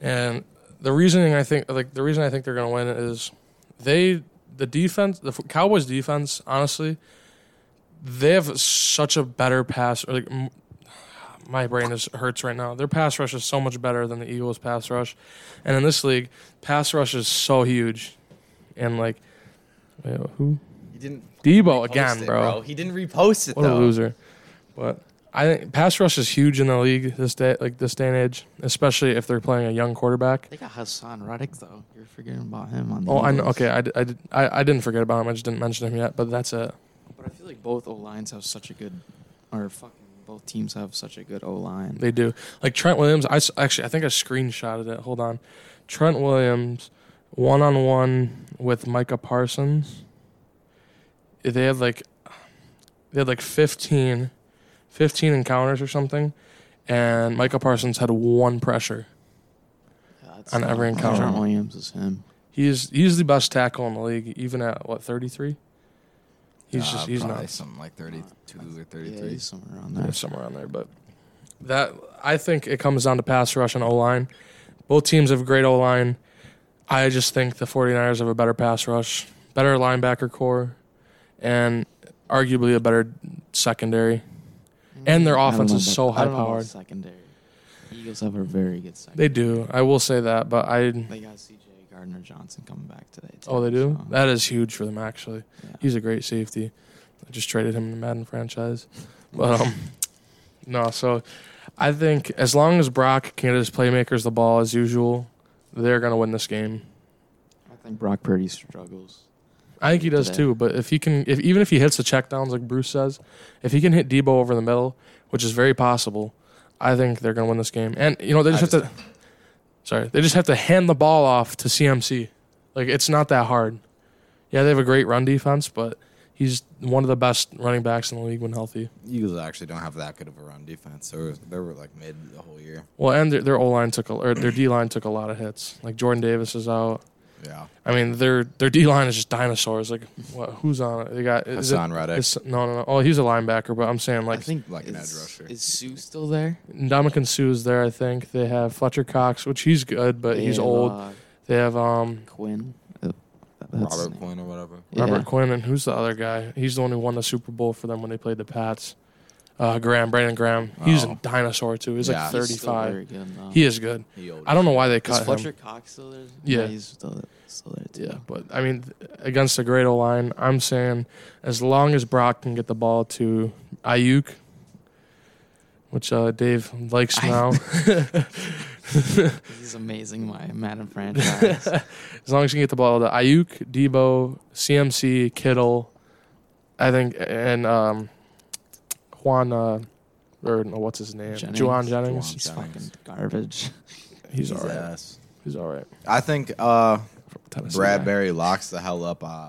Speaker 3: and the reasoning I think like the reason I think they're going to win is they the defense the Cowboys defense honestly they have such a better pass or like m- my brain is hurts right now. Their pass rush is so much better than the Eagles' pass rush, and in this league, pass rush is so huge. And like, wait, who?
Speaker 1: He didn't
Speaker 3: Debo again, bro.
Speaker 1: He didn't repost it
Speaker 3: What a loser. But I think pass rush is huge in the league this day, like this day and age, especially if they're playing a young quarterback.
Speaker 2: They got Hassan Reddick, though. You're forgetting about him on the
Speaker 3: Oh, I know.
Speaker 2: Eagles.
Speaker 3: Okay, I, d- I, d- I- I didn't forget about him. I just didn't mention him yet. But that's it.
Speaker 2: But I feel like both O lines have such a good, or fucking both teams have such a good O line.
Speaker 3: They do. Like Trent Williams, I s- actually I think I screenshotted it. Hold on. Trent Williams one on one with Micah Parsons. They had like they had like 15, 15 encounters or something and Micah Parsons had one pressure.
Speaker 2: Uh,
Speaker 3: On every encounter.
Speaker 2: Trent Williams is him.
Speaker 3: He's he's the best tackle in the league even at what 33? He's
Speaker 1: Uh,
Speaker 3: just he's
Speaker 1: probably
Speaker 3: not
Speaker 1: something like 32 or 33.
Speaker 2: Yeah, he's somewhere around
Speaker 3: Yeah,
Speaker 2: there.
Speaker 3: somewhere around there. But that I think it comes down to pass rush and O line. Both teams have great O line. I just think the 49ers have a better pass rush, better linebacker core, and arguably a better secondary. And their
Speaker 2: I don't
Speaker 3: offense
Speaker 2: know
Speaker 3: is
Speaker 2: about-
Speaker 3: so
Speaker 2: I don't know about
Speaker 3: high-powered.
Speaker 2: Secondary. Eagles have a very good secondary.
Speaker 3: They do. I will say that, but I
Speaker 2: They got CJ Gardner Johnson coming back today. Too,
Speaker 3: oh they do.
Speaker 2: so,
Speaker 3: That is huge for them actually.
Speaker 2: yeah.
Speaker 3: He's a great safety. I just traded him in the Madden franchise. But um, no, so I think as long as Brock can get his playmakers the ball as usual, they're gonna win this game.
Speaker 2: I think Brock Purdy struggles.
Speaker 3: I think he does
Speaker 2: Today.
Speaker 3: too. But if he can, if even if he hits the checkdowns like Bruce says, if he can hit Debo over the middle, which is very possible, I think they're gonna win this game. And you know they
Speaker 1: I
Speaker 3: just have to. Sorry, they just have to hand the ball off to CMC. Like it's not that hard. Yeah, they have a great run defense, but he's one of the best running backs in the league when healthy.
Speaker 1: Eagles actually don't have that good of a run defense. They were, they were like mid the whole year.
Speaker 3: Well, and their, their O line took a, or their D line took a lot of hits. Like Jordan Davis is out.
Speaker 1: Yeah.
Speaker 3: I mean, their their D line is just dinosaurs. Like, what? Who's on it? They got is it,
Speaker 1: Hassan Reddick.
Speaker 3: is, no, no, no. Oh, he's a linebacker, but I'm saying like
Speaker 2: I think
Speaker 1: like an edge
Speaker 2: is-
Speaker 1: rusher.
Speaker 2: Is Sue still there?
Speaker 3: Ndamukong Sue's there, I think. They have Fletcher Cox, which he's good, but
Speaker 2: They
Speaker 3: he's
Speaker 2: have,
Speaker 3: old.
Speaker 2: uh,
Speaker 3: They have um,
Speaker 2: Quinn. Uh, that- that's his
Speaker 1: Robert
Speaker 2: name.
Speaker 1: Quinn or whatever.
Speaker 2: Yeah.
Speaker 3: Robert Quinn, and who's the other guy? He's the one who won the Super Bowl for them when they played the Pats. Uh, Graham, Brandon Graham. He's a
Speaker 1: Oh.
Speaker 3: dinosaur, too. He's
Speaker 1: Yeah.
Speaker 3: like
Speaker 1: He's
Speaker 2: He's still
Speaker 3: 35.
Speaker 2: very good, though.
Speaker 3: he is good.
Speaker 1: He old
Speaker 3: I don't know why they
Speaker 2: Is
Speaker 3: cut him.
Speaker 2: Fletcher Cox still there?
Speaker 3: Yeah.
Speaker 2: he's still, still there too.
Speaker 3: Yeah, but I mean, th- against the great O line, I'm saying as long as Brock can get the ball to Ayuk, which uh, Dave likes
Speaker 2: I-
Speaker 3: now,
Speaker 2: He's amazing, my Madden franchise.
Speaker 3: as long as you can get the ball to Ayuk, Debo, CMC, Kittle, I think, and um, Juan, uh, or no, what's his name?
Speaker 2: Jennings.
Speaker 3: Juwan Jennings.
Speaker 1: Juwan.
Speaker 2: He's fucking
Speaker 1: Jennings.
Speaker 2: garbage.
Speaker 3: He's all right.
Speaker 1: ass.
Speaker 3: He's all right.
Speaker 1: I think uh,
Speaker 3: Tennessee guy.
Speaker 1: Bradbury locks the hell up. Uh,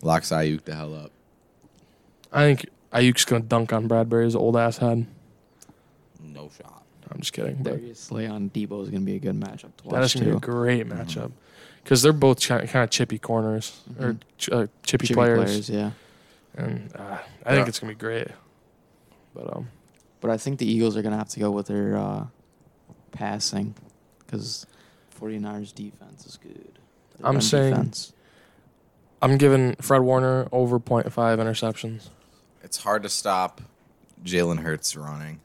Speaker 1: locks Ayuk the hell up.
Speaker 3: I think Ayuk's going to dunk on Bradbury's old ass head.
Speaker 1: No shot.
Speaker 3: I'm just kidding. but-
Speaker 2: Darius Slay on Debo is going to be a good matchup to watch
Speaker 3: That is going to be
Speaker 2: too.
Speaker 3: a great matchup because they're both ch- kind of chippy corners or
Speaker 2: Mhm.
Speaker 3: ch- uh, chippy,
Speaker 2: Chippy
Speaker 3: players,
Speaker 2: yeah.
Speaker 3: and uh, I
Speaker 1: Yeah.
Speaker 3: think it's going to be great. But um,
Speaker 2: But I think the Eagles are going to have to go with their uh, passing because 49ers defense is good. Their
Speaker 3: I'm
Speaker 2: run
Speaker 3: saying-
Speaker 2: defense.
Speaker 3: I'm giving Fred Warner over 0.5 interceptions.
Speaker 1: It's hard to stop Jalen Hurts running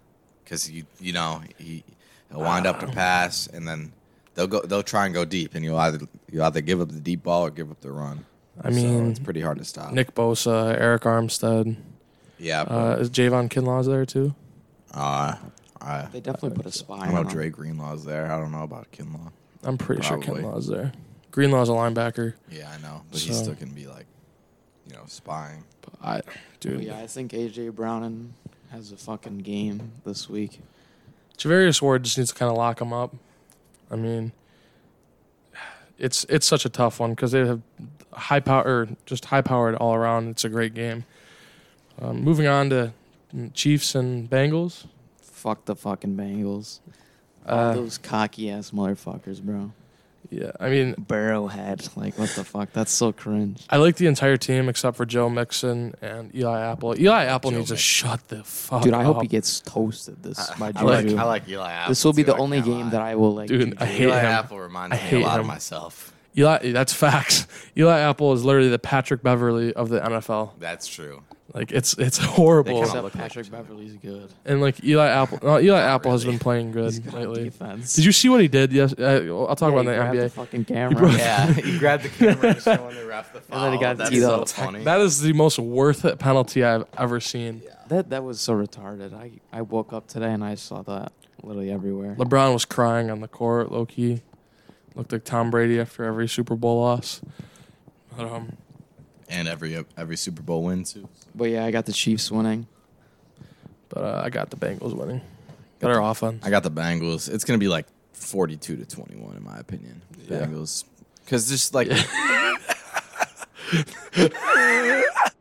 Speaker 1: because you you know he he'll wind up to pass and then they'll go they'll try and go deep and you'll either you will either give up the deep ball or give up the run.
Speaker 3: I
Speaker 1: so
Speaker 3: mean,
Speaker 1: it's pretty hard to stop.
Speaker 3: Nick Bosa, Eric Armstead,
Speaker 1: yeah,
Speaker 3: uh,
Speaker 1: but,
Speaker 3: is Javon Kinlaw's there too?
Speaker 1: uh, I,
Speaker 2: They definitely put a spy
Speaker 1: I know
Speaker 2: on him.
Speaker 1: Dre Greenlaw's there. I don't know about Kinlaw.
Speaker 3: I'm pretty sure
Speaker 1: Probably.
Speaker 3: Kinlaw's there. Greenlaw's a linebacker.
Speaker 1: Yeah, I know, but he's
Speaker 3: So-
Speaker 1: still gonna be like, you know, spying.
Speaker 3: But I, dude,
Speaker 2: But yeah, I think A.J. Browning has a fucking game this week.
Speaker 3: Javarius Ward just needs to kind of lock him up. I mean, it's it's such a tough one because they have high power, just high powered all around. It's a great game. Um, moving on to Chiefs and Bengals.
Speaker 2: Fuck the fucking Bengals. All
Speaker 3: Uh,
Speaker 2: those cocky ass motherfuckers, bro.
Speaker 3: yeah, I mean,
Speaker 2: Burrowhead. Like, what the fuck? That's so cringe.
Speaker 3: I like the entire team except for Joe Mixon and Eli Apple. Eli Apple
Speaker 1: Joe
Speaker 3: needs to
Speaker 1: Mixon.
Speaker 3: shut the fuck.
Speaker 2: Dude, I hope
Speaker 3: up.
Speaker 2: he gets toasted this by
Speaker 1: I like,
Speaker 2: Juju.
Speaker 1: I like Eli Apple.
Speaker 2: this will be
Speaker 1: too,
Speaker 2: the
Speaker 1: I
Speaker 2: only
Speaker 1: can't
Speaker 2: game
Speaker 1: lie.
Speaker 2: that I will like.
Speaker 3: Dude,
Speaker 2: Juju.
Speaker 3: I hate
Speaker 1: Eli
Speaker 3: him.
Speaker 1: Apple reminds
Speaker 3: I
Speaker 1: me
Speaker 3: hate
Speaker 1: a lot
Speaker 3: him.
Speaker 1: of myself.
Speaker 3: Eli, that's facts. Eli Apple is literally the Patrick Beverly of the NFL.
Speaker 1: That's true.
Speaker 3: Like it's it's horrible.
Speaker 1: kinda
Speaker 2: Except
Speaker 1: look like
Speaker 2: Patrick
Speaker 1: each other.
Speaker 2: Beverly's good.
Speaker 3: And like Eli Apple, uh, Eli Apple has
Speaker 1: really.
Speaker 3: been playing good
Speaker 2: He's on
Speaker 3: lately.
Speaker 2: defense.
Speaker 3: Did you see what he did? Yes, uh, I'll talk
Speaker 2: Yeah, he
Speaker 3: about it in
Speaker 2: grabbed
Speaker 3: the
Speaker 2: The
Speaker 3: NBA.
Speaker 2: fucking camera.
Speaker 3: brought-
Speaker 1: Yeah, he grabbed the camera and showing the ref the foul.
Speaker 2: then he got
Speaker 1: That's
Speaker 2: teed
Speaker 1: so
Speaker 2: up.
Speaker 1: funny.
Speaker 3: That is the most worth it penalty I've ever seen.
Speaker 2: That that was so retarded. I I woke up today and I saw that literally everywhere.
Speaker 3: LeBron was crying on the court, low key. Looked like Tom Brady after every Super Bowl loss. But, um,
Speaker 1: and every every Super Bowl win too.
Speaker 2: But yeah, I got the Chiefs winning.
Speaker 3: But uh, I got the Bengals winning. Better offense.
Speaker 1: I got the Bengals. It's gonna be like forty-two to twenty-one, in my opinion.
Speaker 3: Yeah.
Speaker 1: Bengals, because just like
Speaker 2: I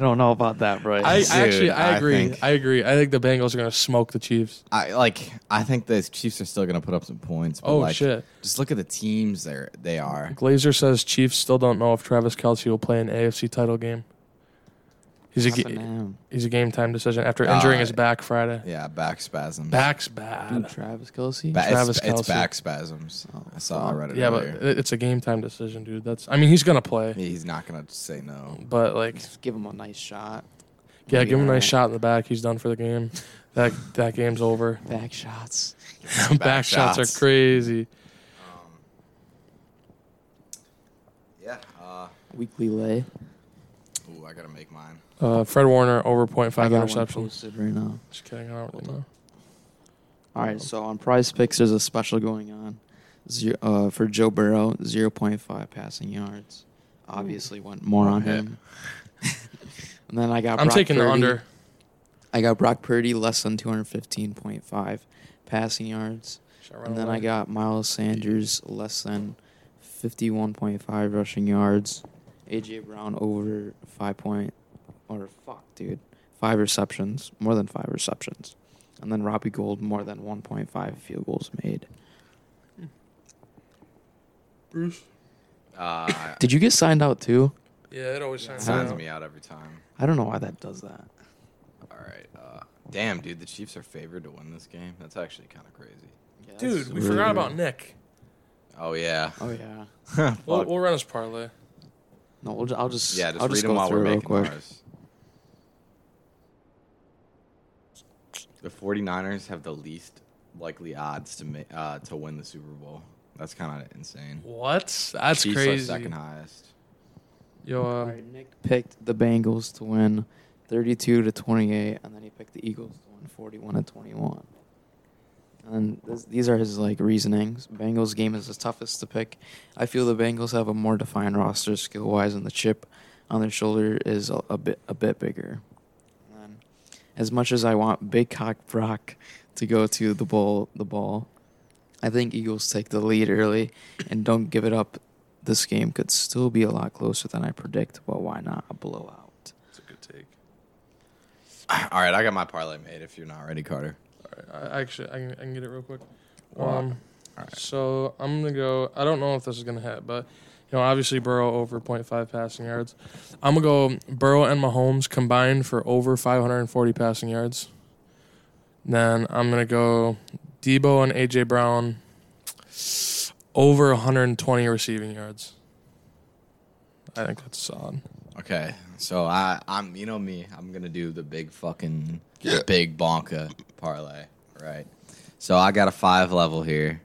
Speaker 2: don't know about that, right?
Speaker 3: I,
Speaker 1: Dude,
Speaker 3: I actually I
Speaker 1: I
Speaker 3: agree. I,
Speaker 1: think-
Speaker 3: agree. I think the Bengals are gonna smoke the Chiefs.
Speaker 1: I like, I think the Chiefs are still gonna put up some points. But
Speaker 3: Oh,
Speaker 1: like,
Speaker 3: shit.
Speaker 1: Just look at the teams there. They are.
Speaker 3: Glazer says Chiefs still don't know if Travis Kelsey will play an AFC title game. He's a
Speaker 2: Up and
Speaker 3: ga-
Speaker 2: down.
Speaker 3: he's a game time decision after injuring
Speaker 1: Uh,
Speaker 3: his back Friday.
Speaker 1: Yeah, back spasms.
Speaker 3: Back's
Speaker 2: Dude,
Speaker 3: bad.
Speaker 2: Travis Kelsey.
Speaker 1: Ba- it's-
Speaker 3: Travis
Speaker 1: it's,
Speaker 3: Kelce.
Speaker 1: back spasms. I saw. I read it.
Speaker 3: Yeah, but
Speaker 1: earlier.
Speaker 3: it- it's a game time decision, dude. That's I mean he's gonna play,
Speaker 1: Yeah, he's not gonna say no.
Speaker 3: but like
Speaker 2: Just give him a nice shot. uh,
Speaker 3: yeah,
Speaker 2: He'll be
Speaker 3: give him a
Speaker 2: all
Speaker 3: nice
Speaker 2: right.
Speaker 3: shot in the back. He's done for the game. That that game's over.
Speaker 2: Back shots.
Speaker 3: back, shots. are crazy.
Speaker 1: Um, Yeah. Uh,
Speaker 2: Weekly lay.
Speaker 1: ooh, I gotta make mine.
Speaker 3: Uh, Fred Warner over point
Speaker 2: I
Speaker 3: five
Speaker 2: got one
Speaker 3: interceptions.
Speaker 2: posted right now.
Speaker 3: Just kidding. I don't really know.
Speaker 2: All right, so on Prize Picks, there's a special going on. Zero, uh, for Joe Burrow, zero point five passing yards. Obviously, went more on
Speaker 1: Yeah.
Speaker 2: him. and then I got.
Speaker 3: I'm
Speaker 2: Brock
Speaker 3: taking the
Speaker 2: Purdy.
Speaker 3: under.
Speaker 2: I got Brock Purdy less than two hundred fifteen point five passing yards,
Speaker 3: Should run
Speaker 2: and then
Speaker 3: away?
Speaker 2: I got Miles Sanders less than fifty one point five rushing yards. AJ Brown over five point or fuck, dude, five receptions, more than five receptions, and then Robbie Gold more than one point five field goals made.
Speaker 1: Uh,
Speaker 2: Did you get signed out too?
Speaker 3: Yeah, it always sounds
Speaker 1: signs
Speaker 3: out.
Speaker 1: me out every time.
Speaker 2: I don't know why that does that.
Speaker 1: All right. Uh, damn, dude, the Chiefs are favored to win this game. That's actually kind of crazy.
Speaker 3: Dude, we forgot about Nick.
Speaker 1: Oh yeah.
Speaker 2: Oh yeah.
Speaker 3: We'll,
Speaker 1: Fuck.
Speaker 3: we'll run his parlay.
Speaker 2: No, we'll, ju- I'll just
Speaker 1: yeah, just
Speaker 2: I'll
Speaker 1: read
Speaker 2: just
Speaker 1: them
Speaker 2: go
Speaker 1: while
Speaker 2: through
Speaker 1: we're
Speaker 2: real
Speaker 1: making
Speaker 2: quick.
Speaker 1: ours. The 49ers have the least likely odds to ma- uh, to win the Super Bowl. That's kind of insane.
Speaker 3: What? That's
Speaker 1: Chiefs are
Speaker 3: crazy.
Speaker 1: second highest.
Speaker 3: Yo,
Speaker 2: All
Speaker 3: uh,
Speaker 2: right, Nick picked the Bengals to win 32 to 28, and then he picked the Eagles to win 41 to 21. And this, these are his like reasonings. Bengals game is the toughest to pick. I feel the Bengals have a more defined roster skill wise, and the chip on their shoulder is a, a bit a bit bigger. And then, as much as I want Big Cock Brock to go to the bowl, the ball, I think Eagles take the lead early and don't give it up this game could still be a lot closer than I predict, but why not a blowout?
Speaker 3: That's a good take.
Speaker 1: All right, I got my parlay made. If you're not ready, Carter.
Speaker 3: All right, I actually, I can, I can get it real quick. Um,
Speaker 1: Wow. All right.
Speaker 3: So I'm gonna go. I don't know if this is gonna hit, but you know, obviously Burrow over 0.5 passing yards. I'm gonna go Burrow and Mahomes combined for over 540 passing yards. Then I'm gonna go Debo and AJ Brown over 120 receiving yards. I think that's solid.
Speaker 1: Okay, so I, I'm, you know me, I'm gonna do the big fucking big bonka parlay, right? So I got a five level here.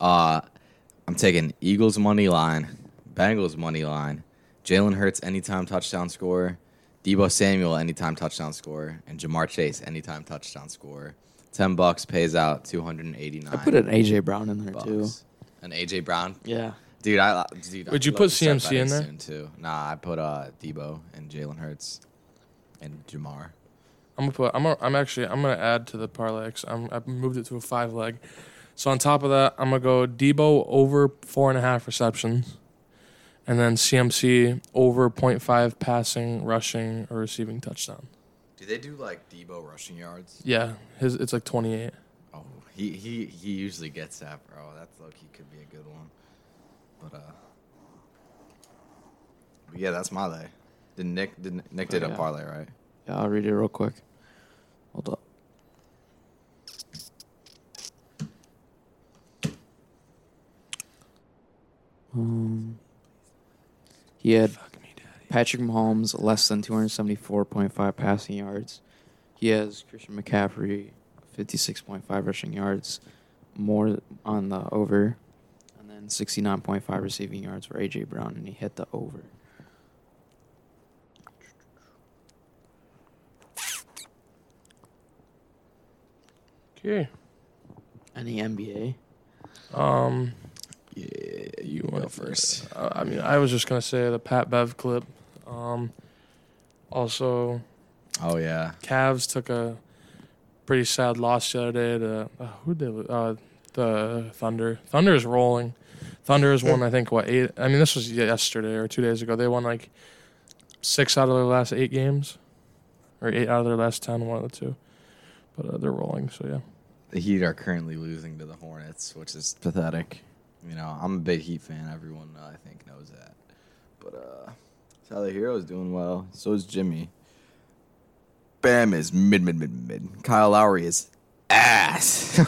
Speaker 1: Uh, I'm taking Eagles money line, Bengals money line, Jalen Hurts anytime touchdown score, Debo Samuel anytime touchdown score, and Jamar Chase anytime touchdown score. Ten bucks pays out two hundred and eighty nine.
Speaker 2: I put an AJ Brown in there too.
Speaker 1: bucks. An AJ Brown,
Speaker 2: Yeah.
Speaker 1: dude. I dude, I
Speaker 3: Would you
Speaker 1: love
Speaker 3: put
Speaker 1: to start
Speaker 3: CMC
Speaker 1: betting
Speaker 3: in there?
Speaker 1: soon, too? Nah, I put uh, Debo and Jalen Hurts and Jamar.
Speaker 3: I'm gonna put. I'm. Gonna, I'm actually. I'm gonna add to the parlay. 'cause I'm. I moved it to a five leg. So on top of that, I'm gonna go Debo over four and a half receptions, and then CMC over 0.5 passing, rushing, or receiving touchdown.
Speaker 1: Do they do like Debo rushing yards?
Speaker 3: Yeah, his it's like 28.
Speaker 1: Oh, he he he usually gets that, bro. That's look, he could be a good one. But uh, but yeah, that's my lay. Did Nick did Nick- Nick did
Speaker 2: yeah.
Speaker 1: a parlay right?
Speaker 2: Yeah, I'll read it real quick. Hold up. Um, he had Patrick Mahomes less than 274.5 passing yards. He has Christian McCaffrey 56.5 rushing yards, more on the over, and then 69.5 receiving yards for AJ Brown, and he hit the over.
Speaker 3: Okay.
Speaker 2: Any NBA?
Speaker 3: Um.
Speaker 1: Yeah,
Speaker 3: You wanna-
Speaker 1: first.
Speaker 3: I I mean, I was just gonna say the Pat Bev clip. Um, Um, also,
Speaker 1: Oh yeah.
Speaker 3: Cavs took a pretty sad loss the other day to uh, who did uh, the Thunder. Thunder is rolling. Thunder has won, I think, what eight? I mean, this was yesterday or two days ago. They won like six out of their last eight games, or eight out of their last ten, one of the two. But uh, they're rolling, so yeah.
Speaker 1: The Heat are currently losing to the Hornets, which is pathetic. You know, I'm a big Heat fan. Everyone, uh, I think, knows that. But uh, Tyler Hero's doing well. So is Jimmy. Bam is mid, mid, mid, mid. Kyle Lowry is ass.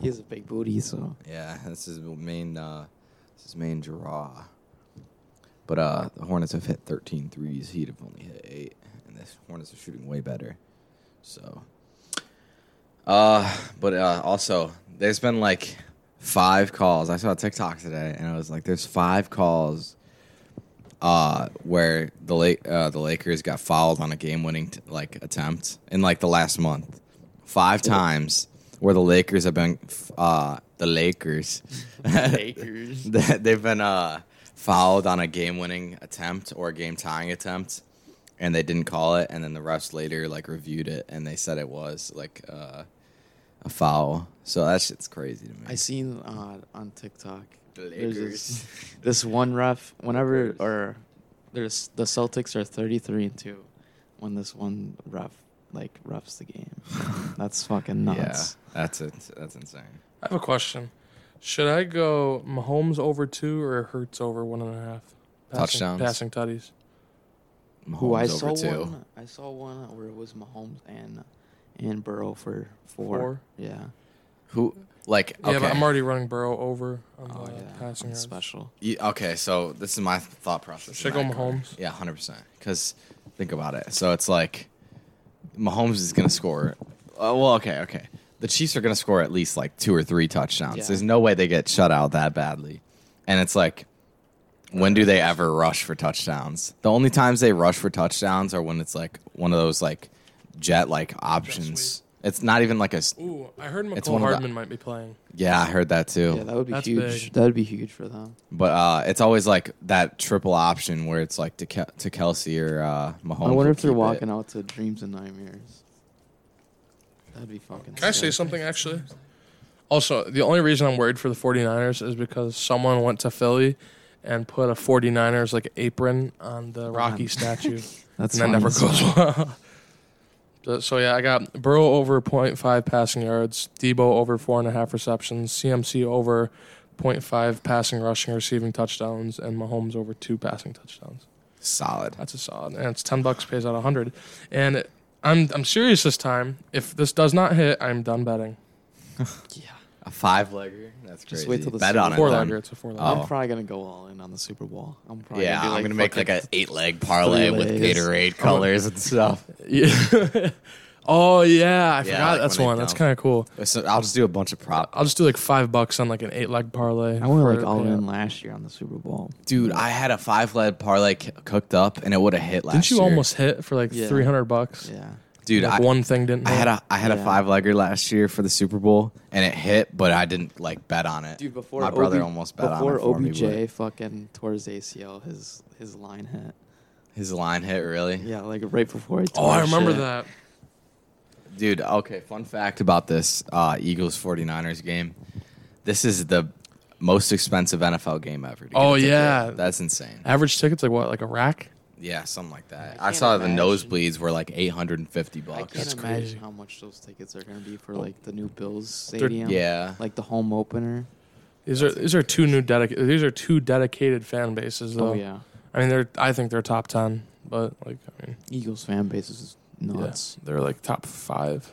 Speaker 2: He has a big booty, so
Speaker 1: yeah, this is the main. Uh, this is main draw. But uh, the Hornets have hit 13 threes. Heat have only hit eight, and the Hornets are shooting way better. So, uh, but uh, also there's been like five calls. I saw a TikTok today, and I was like, "There's five calls." Uh, where the late uh, the Lakers got fouled on a game-winning t- like attempt in like the last month, five times where the Lakers have been f- uh the Lakers,
Speaker 2: Lakers.
Speaker 1: that they've been uh, fouled on a game-winning attempt or a game-tying attempt, and they didn't call it. And then the refs later like reviewed it, and they said it was like uh, a foul. So that shit's crazy to me.
Speaker 2: I seen uh, on TikTok.
Speaker 1: The
Speaker 2: there's
Speaker 1: Lakers.
Speaker 2: This, this one ref, whenever or there's the Celtics are thirty three and two, when this one ref like refs the game. That's fucking nuts.
Speaker 1: Yeah, that's it. That's insane.
Speaker 3: I have a question. Should I go Mahomes over two or Hertz over one and a half?
Speaker 1: Touchdowns.
Speaker 3: Passing tutties.
Speaker 2: Who I
Speaker 1: Mahomes
Speaker 2: saw
Speaker 1: over two.
Speaker 2: one. I saw one where it was Mahomes and and Burrow for four.
Speaker 3: Four?
Speaker 2: Yeah.
Speaker 1: Who like okay.
Speaker 3: Yeah, but I'm already running Burrow over on the
Speaker 2: Oh yeah.
Speaker 3: passing
Speaker 2: That's
Speaker 3: yards.
Speaker 2: special.
Speaker 1: You- okay, so this is my thought process.
Speaker 3: Should I
Speaker 1: in
Speaker 3: go
Speaker 1: that quarter.
Speaker 3: Mahomes?
Speaker 1: Yeah, hundred percent. Because think about it. So it's like Mahomes is gonna score. Uh, well, okay, okay. The Chiefs are gonna score at least like two or three touchdowns.
Speaker 2: Yeah.
Speaker 1: There's no way they get shut out that badly. And it's like, when do they ever rush for touchdowns? The only times they rush for touchdowns are when it's like one of those like jet like options. It's not even like a. s-
Speaker 3: Ooh, I heard
Speaker 1: It's
Speaker 3: McCole
Speaker 1: one of the-
Speaker 3: Hardman might be playing.
Speaker 1: Yeah, I heard that too.
Speaker 2: Yeah, that would be
Speaker 3: That's
Speaker 2: huge.
Speaker 3: big.
Speaker 2: That would be huge for them.
Speaker 1: But uh, it's always like that triple option where it's like to, Ke- to Kelsey or uh, Mahomes.
Speaker 2: I wonder
Speaker 1: will
Speaker 2: if they're
Speaker 1: keep it.
Speaker 2: walking out to dreams and nightmares. That'd be fucking.
Speaker 3: Can I say
Speaker 2: sick.
Speaker 3: something actually? Also, the only reason I'm worried for the 49ers is because someone went to Philly and put a 49ers like apron on the Rocky statue.
Speaker 2: That's
Speaker 3: and that never
Speaker 2: funny.
Speaker 3: goes well. so, so yeah, I got Burrow over 0.5 passing yards, Debo over four and a half receptions, CMC over 0.5 passing, rushing, receiving touchdowns, and Mahomes over two passing touchdowns.
Speaker 1: Solid.
Speaker 3: That's a solid, and it's ten bucks pays out a hundred. And I'm I'm serious this time. If this does not hit, I'm done betting.
Speaker 2: Yeah.
Speaker 1: A five legger? That's crazy.
Speaker 2: Just wait till the
Speaker 1: Bet
Speaker 2: Super
Speaker 1: on it.
Speaker 3: Four
Speaker 1: then.
Speaker 3: legger, it's a four legger.
Speaker 1: Oh.
Speaker 2: I'm probably gonna go all in on the Super Bowl. I'm probably
Speaker 1: Yeah,
Speaker 2: gonna be
Speaker 1: I'm
Speaker 2: like,
Speaker 1: gonna make like
Speaker 2: fucking-
Speaker 1: an eight leg parlay with
Speaker 2: legs.
Speaker 1: Gatorade colors and stuff.
Speaker 3: Yeah. oh yeah, I forgot
Speaker 1: like
Speaker 3: that's
Speaker 1: when they
Speaker 3: one. That's
Speaker 1: dump.
Speaker 3: kind of cool.
Speaker 1: So I'll just do a bunch of prop.
Speaker 3: I'll just do like five bucks on like an eight leg parlay.
Speaker 2: I went
Speaker 3: for
Speaker 2: like all
Speaker 3: payout.
Speaker 2: in last year on the Super Bowl.
Speaker 1: Dude, I had a five leg parlay c- cooked up and it would have hit last
Speaker 3: Didn't you
Speaker 1: year.
Speaker 3: almost hit for like
Speaker 2: Yeah.
Speaker 3: three hundred bucks?
Speaker 2: Yeah.
Speaker 1: Dude,
Speaker 3: Like
Speaker 1: I,
Speaker 3: one thing didn't.
Speaker 1: I
Speaker 3: hit.
Speaker 1: had a I had a
Speaker 2: Yeah.
Speaker 1: five legger last year for the Super Bowl and it hit, but I didn't like bet on it.
Speaker 2: Dude, before
Speaker 1: my brother almost bet on it
Speaker 2: before
Speaker 1: for me,
Speaker 2: OBJ
Speaker 1: but
Speaker 2: fucking tore his ACL, his his line hit.
Speaker 1: his line hit really.
Speaker 2: Yeah, like right before he. Tore
Speaker 3: Oh, I
Speaker 2: his
Speaker 3: remember
Speaker 2: shit.
Speaker 3: that.
Speaker 1: Dude, okay, fun fact about this uh, Eagles 49ers game. This is the most expensive NFL game ever. to get
Speaker 3: Oh,
Speaker 1: a ticket.
Speaker 3: yeah.
Speaker 1: That's insane.
Speaker 3: Average tickets like what? Like a rack?
Speaker 1: Yeah, something like that.
Speaker 2: I
Speaker 1: I,
Speaker 2: can't
Speaker 1: saw
Speaker 2: imagine.
Speaker 1: the nosebleeds were like 850
Speaker 2: I
Speaker 1: bucks.
Speaker 2: can't imagine
Speaker 3: crazy.
Speaker 2: how much those tickets are gonna be for like the new Bills stadium.
Speaker 1: Oh. Yeah.
Speaker 2: Like the home opener.
Speaker 3: These are these are two new dedicated. These are two dedicated fan bases. Though.
Speaker 2: Oh yeah.
Speaker 3: I mean, they're. I think they're top ten, but like, I mean,
Speaker 2: Eagles fan base is
Speaker 3: yeah,
Speaker 2: nuts.
Speaker 3: they're like top five.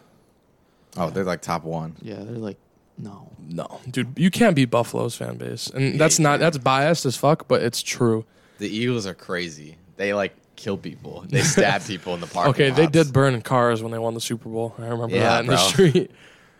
Speaker 1: Oh, they're like top one.
Speaker 2: Yeah, they're like, no.
Speaker 3: No, dude, you can't beat Buffalo's fan base, and
Speaker 1: Yeah,
Speaker 3: that's
Speaker 1: you
Speaker 3: not
Speaker 1: can't.
Speaker 3: that's biased as fuck, but it's true.
Speaker 1: The Eagles are crazy. They like kill people. They stab people in the park.
Speaker 3: okay, they did burn cars when they won the Super Bowl. I remember
Speaker 1: Yeah,
Speaker 3: that in the
Speaker 1: bro.
Speaker 3: street.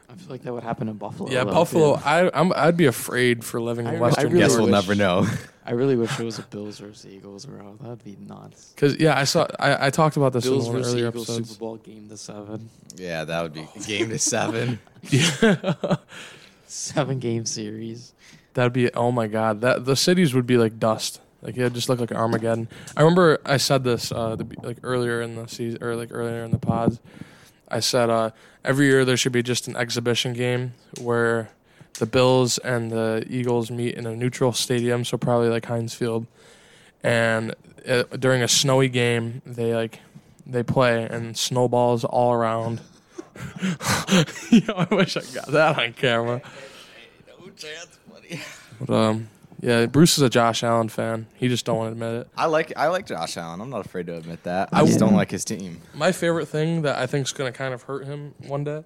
Speaker 2: I feel like that would happen in Buffalo.
Speaker 3: yeah,
Speaker 2: though,
Speaker 3: Buffalo.
Speaker 2: dude.
Speaker 3: I I'm, I'd be afraid for living
Speaker 2: I
Speaker 3: in
Speaker 2: re-
Speaker 3: Western.
Speaker 2: I really
Speaker 1: Guess
Speaker 3: Guess
Speaker 1: we'll
Speaker 2: wish-
Speaker 1: never know.
Speaker 2: I really wish it was a Bills versus Eagles, bro. That'd be nuts.
Speaker 3: Because yeah, I saw. I, I talked about this
Speaker 2: Bills
Speaker 3: in one of the
Speaker 2: versus
Speaker 3: earlier
Speaker 2: Eagles
Speaker 3: episodes.
Speaker 2: Super Bowl game to seven.
Speaker 1: yeah, that would be game to seven.
Speaker 2: Seven game series.
Speaker 3: That'd be oh my god. That the cities would be like dust. Like it just looked like Armageddon. I remember I said this uh, the, like earlier in the season, or like earlier in the pods. I said uh, every year there should be just an exhibition game where the Bills and the Eagles meet in a neutral stadium, so probably like Heinz Field, and uh, during a snowy game they like they play and snowballs all around. Yo, I wish I got that on camera.
Speaker 1: No chance, buddy.
Speaker 3: But um, yeah, Bruce is a Josh Allen fan. He just don't want to admit it.
Speaker 1: I like I like Josh Allen. I'm not afraid to admit that. I just don't like his team.
Speaker 3: My favorite thing that I think is going to kind of hurt him one day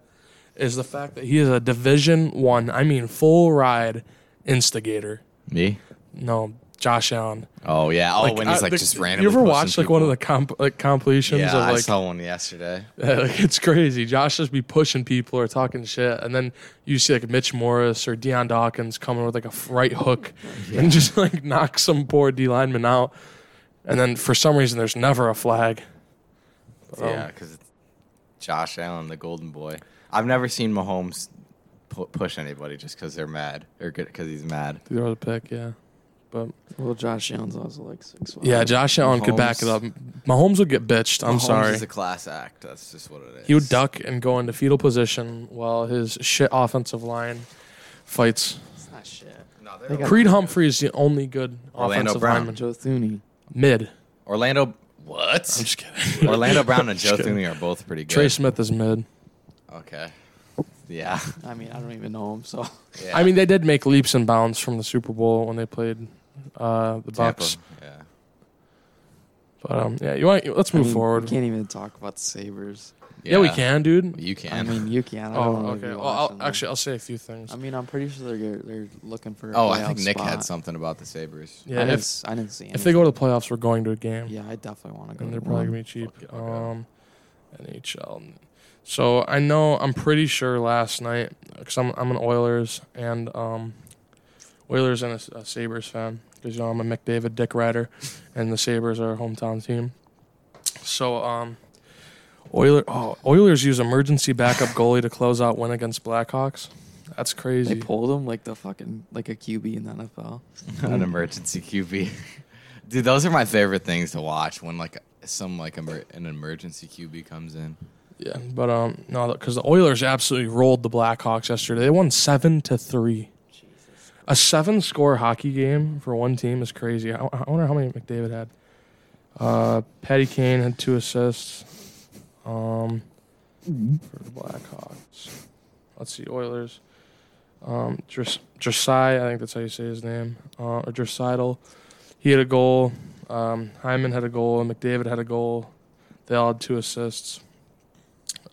Speaker 3: is the fact that he is a Division One. I, mean, full ride instigator.
Speaker 1: Me?
Speaker 3: No, Josh Allen.
Speaker 1: Oh yeah. Oh, when he's
Speaker 3: I-
Speaker 1: like
Speaker 3: the-
Speaker 1: just randomly.
Speaker 3: uh, You ever
Speaker 1: posting
Speaker 3: watch like one of
Speaker 1: people.
Speaker 3: the comp- like completions
Speaker 1: Yeah,
Speaker 3: of like
Speaker 1: I saw one yesterday.
Speaker 3: Yeah, like it's crazy. Josh just be pushing people or talking shit, and then you see like Mitch Morris or Deion Dawkins coming with like a f- right hook and just like knock some poor D lineman out. And then for some reason, there's never a flag. Oh. um,
Speaker 1: Yeah, 'cause yeah, because it's Josh Allen, the golden boy. I've never seen Mahomes pu- push anybody just because they're mad or because he's mad.
Speaker 3: They throw the pick, yeah. But
Speaker 2: Well, Josh Allen's also like six.
Speaker 3: yeah, Josh Allen could back it up. Mahomes would get bitched. I'm
Speaker 1: Mahomes
Speaker 3: sorry.
Speaker 1: is a class act. That's just what it is.
Speaker 3: he would duck and go into fetal position while his shit offensive line fights.
Speaker 2: It's not shit.
Speaker 1: No,
Speaker 2: They
Speaker 1: they're
Speaker 2: got-
Speaker 3: Creed Humphrey is the only good
Speaker 1: Orlando
Speaker 3: offensive
Speaker 1: Brown.
Speaker 3: lineman.
Speaker 2: Joe Thuney.
Speaker 3: Mid.
Speaker 1: Orlando.
Speaker 3: I'm
Speaker 1: What?
Speaker 3: just kidding.
Speaker 1: Orlando Brown and Joe
Speaker 3: kidding.
Speaker 1: Thuney are both pretty good.
Speaker 3: Trey Smith is mid.
Speaker 1: Okay. Yeah.
Speaker 2: I mean, I don't even know him, so
Speaker 1: yeah.
Speaker 3: I mean, they did make leaps and bounds from the Super Bowl when they played uh, the
Speaker 1: Tampa.
Speaker 3: Bucks.
Speaker 1: Yeah.
Speaker 3: But um, yeah, you want let's
Speaker 2: I
Speaker 3: move
Speaker 2: mean,
Speaker 3: forward.
Speaker 2: We can't even talk about the Sabers.
Speaker 3: yeah. we can, dude.
Speaker 1: You
Speaker 2: I
Speaker 1: can.
Speaker 2: mean, you can. I
Speaker 3: Oh,
Speaker 2: don't know if
Speaker 3: okay.
Speaker 2: you
Speaker 3: Well,
Speaker 2: watch
Speaker 3: I'll,
Speaker 2: them.
Speaker 3: actually, I'll say a few things.
Speaker 2: I mean, I'm pretty sure they're they're looking for. A
Speaker 1: oh, I think
Speaker 2: playoff
Speaker 1: Nick
Speaker 2: spot.
Speaker 1: had something about the Sabers.
Speaker 3: yeah,
Speaker 2: I didn't,
Speaker 3: if,
Speaker 2: s- I didn't see. Anything.
Speaker 3: if they go to the playoffs, we're going to a game,
Speaker 2: yeah, I definitely want to go.
Speaker 3: and they're
Speaker 2: to
Speaker 3: probably
Speaker 2: one.
Speaker 3: gonna be cheap.
Speaker 1: Fuck yeah, okay.
Speaker 3: Um, NHL. So I know I'm pretty sure last night because I'm I'm an Oilers and um, Oilers and a, a Sabers fan because you know I'm a McDavid Dick Rider, and the Sabers are a hometown team. So um, Oiler oh, Oilers use emergency backup goalie to close out win against Blackhawks. That's
Speaker 2: They
Speaker 3: crazy.
Speaker 2: pulled him like the fucking like a QB in the NFL.
Speaker 1: an emergency QB. Dude, those are my favorite things to watch when like some like emer- an emergency QB comes in.
Speaker 3: Yeah, but um, no, because the Oilers absolutely rolled the Blackhawks yesterday. They won seven to three. A seven score hockey game for one team is crazy. I, I wonder how many McDavid had. Uh, Patty Kane had two assists um, for the Blackhawks. Let's see, Oilers. Um, Dres- Dresai, I think that's how you say his name, uh, or Dresidel. He had a goal. Um, Hyman had a goal. and McDavid had a goal. They all had two assists.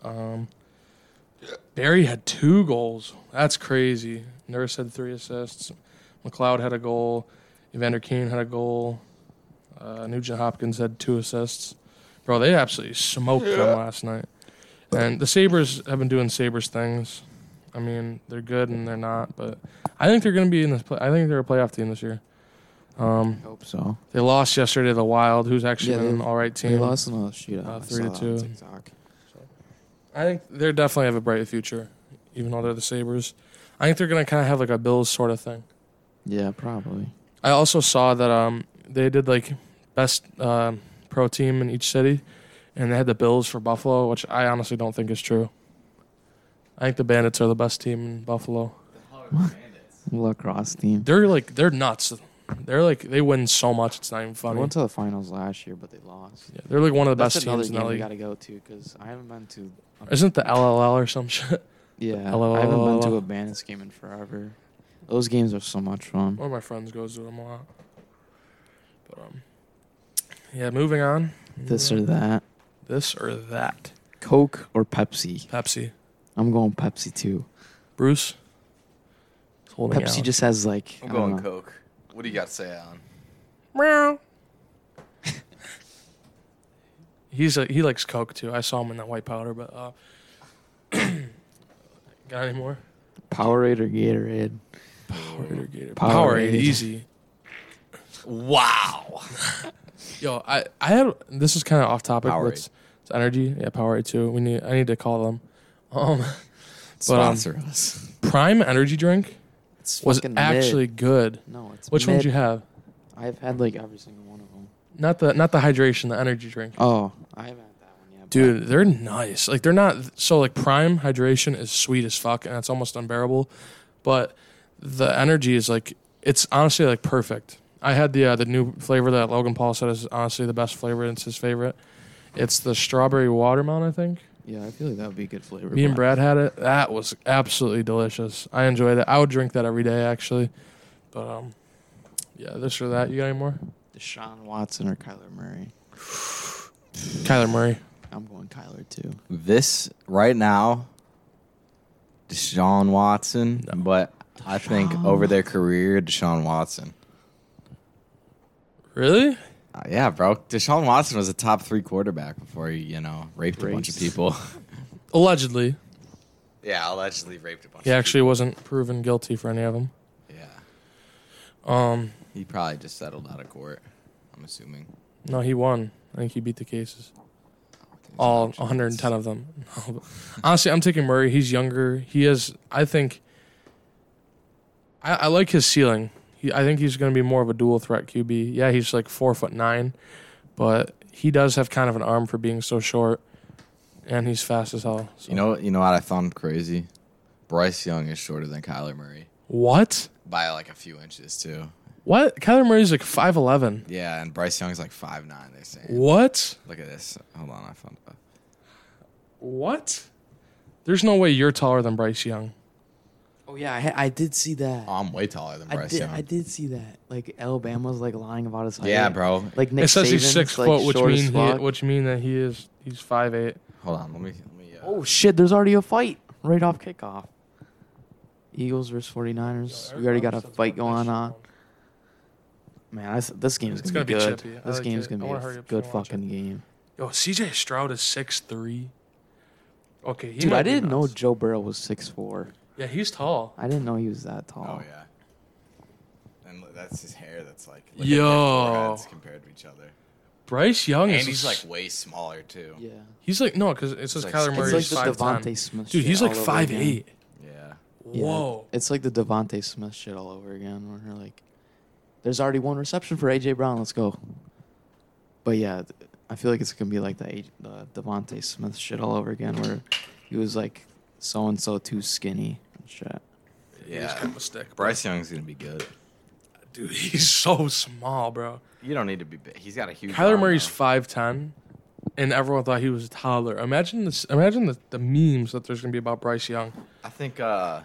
Speaker 3: Um, Barry had two goals. That's crazy. Nurse had three assists. McLeod had a goal. Evander Kane had a goal. Uh, Nugent Hopkins had two assists. Bro, they absolutely smoked them last night. And the Sabres have been doing Sabres things. I mean, they're good and they're not, but I think they're going to be in this. Play- I think they're a playoff team this year. Um,
Speaker 2: Hope so.
Speaker 3: they lost yesterday to the Wild, who's actually
Speaker 2: Yeah,
Speaker 3: been an
Speaker 2: they-
Speaker 3: all right team.
Speaker 2: They lost in a shootout.
Speaker 3: Uh,
Speaker 2: I
Speaker 3: three to
Speaker 2: saw that on
Speaker 3: two.
Speaker 2: TikTok.
Speaker 3: I think they definitely have a bright future, even though they're the Sabres. I think they're going to kind of have like a Bills sort of thing.
Speaker 2: Yeah, probably.
Speaker 3: I also saw that um, they did like best um pro team in each city, and they had the Bills for Buffalo, which I honestly don't think is true. I think the Bandits are the best team in Buffalo.
Speaker 2: Lacrosse team.
Speaker 3: They're like they're nuts. They're like they win so much it's not even
Speaker 2: They
Speaker 3: funny.
Speaker 2: went to the finals last year, but they lost.
Speaker 3: Yeah, they're like one of the
Speaker 2: That's
Speaker 3: best
Speaker 2: another
Speaker 3: teams in the
Speaker 2: game we
Speaker 3: league.
Speaker 2: got to go to because I haven't been to.
Speaker 3: Isn't the LLL or some shit?
Speaker 2: Yeah,
Speaker 3: Hello,
Speaker 2: I haven't
Speaker 3: hello,
Speaker 2: been to
Speaker 3: hello.
Speaker 2: a Bandits game in forever. Those games are so much fun.
Speaker 3: One of my friends goes to them a lot. But um, yeah. Moving on.
Speaker 2: This or that,
Speaker 3: this or that.
Speaker 2: Coke or Pepsi.
Speaker 3: Pepsi.
Speaker 2: I'm going Pepsi too.
Speaker 3: Bruce. It's holding
Speaker 2: Pepsi
Speaker 3: out.
Speaker 2: just has like I don't know.
Speaker 1: Coke. What do you got to say, Alan?
Speaker 3: Meow. He's a, he likes Coke too. I saw him in that white powder, but uh, got any more?
Speaker 2: Powerade or Gatorade.
Speaker 3: Powerade,
Speaker 2: Powerade.
Speaker 3: Gatorade. Powerade, easy.
Speaker 1: Wow.
Speaker 3: Yo, I I had this is kind of off topic. But
Speaker 1: Powerade.
Speaker 3: it's, it's energy. Yeah, Powerade too. We need I need to call them. Um,
Speaker 1: Sponsor us.
Speaker 3: Prime energy drink
Speaker 2: It's
Speaker 3: was
Speaker 2: fucking mid.
Speaker 3: actually good.
Speaker 2: no. It's
Speaker 3: Which one
Speaker 2: mid.
Speaker 3: did you have?
Speaker 2: I've had like every single one of them.
Speaker 3: Not the not the hydration, the energy drink.
Speaker 2: Oh, I haven't had that one yet.
Speaker 3: Dude, they're nice. Like they're not so like prime hydration is sweet as fuck and it's almost unbearable, but the energy is like it's honestly like perfect. I had the uh, the new flavor that Logan Paul said is honestly the best flavor. and It's his favorite. It's the strawberry watermelon, I think.
Speaker 2: yeah, I feel like that would be a good flavor.
Speaker 3: Me and
Speaker 2: but-
Speaker 3: Brad had it. That was absolutely delicious. I enjoyed it. I would drink that every day actually. But um, yeah, this or that. You got any more?
Speaker 2: Deshaun Watson or Kyler Murray.
Speaker 3: Kyler Murray.
Speaker 2: I'm going Kyler too.
Speaker 1: This right now, Deshaun Watson, but I think over their career, Deshaun Watson.
Speaker 3: Really?
Speaker 1: Uh, yeah, bro. Deshaun Watson was a top three quarterback before he, you know, raped a bunch of
Speaker 2: Raped.
Speaker 1: people.
Speaker 3: Allegedly.
Speaker 1: yeah, allegedly raped a bunch.
Speaker 3: He actually wasn't proven guilty for any of them.
Speaker 1: people. Yeah,
Speaker 3: Um,
Speaker 1: he probably just settled out of court. I'm assuming.
Speaker 3: no, he won. I think he beat the cases.
Speaker 1: Oh,
Speaker 2: Oh.
Speaker 3: All 110 of them. No, but- honestly, I'm taking Murray. He's younger. He has, I think, I, I like his ceiling. He, I think he's going to be more of a dual threat QB. Yeah, he's like four foot nine, but he does have kind of an arm for being so short, and he's fast as hell. So.
Speaker 1: You know, you know what I found crazy? Bryce Young is shorter than Kyler Murray
Speaker 3: what?
Speaker 1: by like a few inches too.
Speaker 3: What? Kyler Murray's like 5'11.
Speaker 1: Yeah, and Bryce Young's like five nine. They say.
Speaker 3: What?
Speaker 1: Look at this. Hold on, I found. Uh,
Speaker 3: What? There's no way you're taller than Bryce Young.
Speaker 2: Oh yeah, I, ha- I did see that.
Speaker 1: oh, I'm way taller than
Speaker 2: I
Speaker 1: Bryce
Speaker 2: did.
Speaker 1: Young.
Speaker 2: I did see that. Like Alabama's like lying about his height.
Speaker 1: yeah, bro.
Speaker 2: Like Nick
Speaker 3: it says he's
Speaker 2: Saban's,
Speaker 3: six
Speaker 2: like,
Speaker 3: foot, which
Speaker 2: short as
Speaker 3: mean he,
Speaker 2: fuck.
Speaker 3: which mean that he is he's five eight.
Speaker 1: Hold on. Let me. Let me. Uh,
Speaker 2: Oh shit! There's already a fight right off kickoff. Eagles versus 49ers. we already got a fight going on. Man, I s this game's
Speaker 3: It's
Speaker 2: gonna, be,
Speaker 3: gonna be
Speaker 2: good.
Speaker 3: chippy. I
Speaker 2: This
Speaker 3: like
Speaker 2: game's
Speaker 3: it. I
Speaker 2: gonna be
Speaker 3: wanna
Speaker 2: a
Speaker 3: hurry
Speaker 2: f-
Speaker 3: up so I
Speaker 2: good
Speaker 3: can watch it.
Speaker 2: fucking game.
Speaker 3: Yo, CJ Stroud is six three. Okay, he
Speaker 2: Dude,
Speaker 3: might
Speaker 2: I
Speaker 3: be
Speaker 2: didn't know
Speaker 3: nuts.
Speaker 2: Joe Burrow was six four.
Speaker 3: Yeah, he's tall.
Speaker 2: I didn't know he was that
Speaker 1: Oh
Speaker 2: tall.
Speaker 1: yeah. And look, that's his hair. That's like look at their
Speaker 3: Yo.
Speaker 1: foreheads compared to each other.
Speaker 3: Bryce Young
Speaker 1: And
Speaker 3: is
Speaker 1: he's
Speaker 3: a s-
Speaker 1: like way smaller too.
Speaker 2: yeah.
Speaker 3: he's like no, because it says
Speaker 1: like-
Speaker 3: Kyler
Speaker 1: It's
Speaker 3: Murray
Speaker 1: like
Speaker 3: is
Speaker 1: the
Speaker 3: five
Speaker 2: Devontae Smith
Speaker 3: Dude,
Speaker 2: shit
Speaker 3: he's like
Speaker 2: all over
Speaker 3: five
Speaker 2: again.
Speaker 3: eight.
Speaker 1: Yeah.
Speaker 2: Yeah,
Speaker 3: Whoa.
Speaker 2: It's like the Devonte Smith shit all over again. Where you're like, there's already one reception for AJ Brown. Let's go. But yeah, th- I feel like it's gonna be like the, A- the Devonte Smith shit all over again, where he was like so and so too skinny and shit.
Speaker 3: He's
Speaker 1: Yeah.
Speaker 3: kind of a stick.
Speaker 1: Bryce Young's gonna be good.
Speaker 3: Dude, he's so small, bro.
Speaker 1: You don't need to be. big. He's got a huge.
Speaker 3: Kyler
Speaker 1: arm,
Speaker 3: Murray's
Speaker 1: though.
Speaker 3: five ten, and everyone thought he was a toddler. Imagine this. Imagine the, the memes that there's gonna be about Bryce Young.
Speaker 1: I think uh,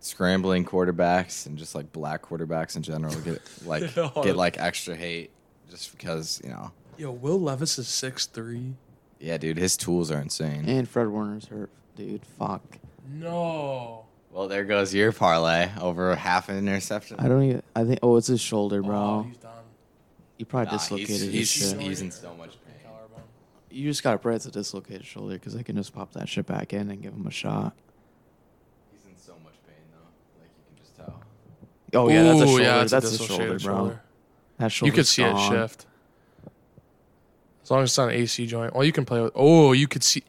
Speaker 1: scrambling quarterbacks and just like black quarterbacks in general get like
Speaker 3: Yo.
Speaker 1: get like extra hate just because you know.
Speaker 3: Yo, Will Levis is six three.
Speaker 1: Yeah, dude, his tools are insane.
Speaker 2: And Fred Warner's hurt, dude. Fuck.
Speaker 3: No.
Speaker 1: Well, there goes your parlay over half an interception.
Speaker 2: I don't even. I think. Oh, it's his shoulder,
Speaker 3: Oh,
Speaker 2: bro.
Speaker 3: he's done.
Speaker 2: He probably
Speaker 1: Nah,
Speaker 2: dislocated
Speaker 1: he's,
Speaker 2: his
Speaker 1: he's,
Speaker 2: shit.
Speaker 1: he's in so much pain.
Speaker 3: Collarbone.
Speaker 2: You just gotta pray it's a dislocated shoulder because they can just pop that shit back in and give him a shot.
Speaker 1: He's in so much pain though. Like you can just tell.
Speaker 2: Oh yeah, that's a
Speaker 3: Ooh,
Speaker 2: shoulder.
Speaker 3: yeah, it's
Speaker 2: that's a
Speaker 3: dislocated
Speaker 2: shoulder, bro.
Speaker 3: shoulder.
Speaker 2: That
Speaker 3: You
Speaker 2: shoulder.
Speaker 3: could see it shift. As long as it's not an AC joint. Well, you can play with. Oh, you could see.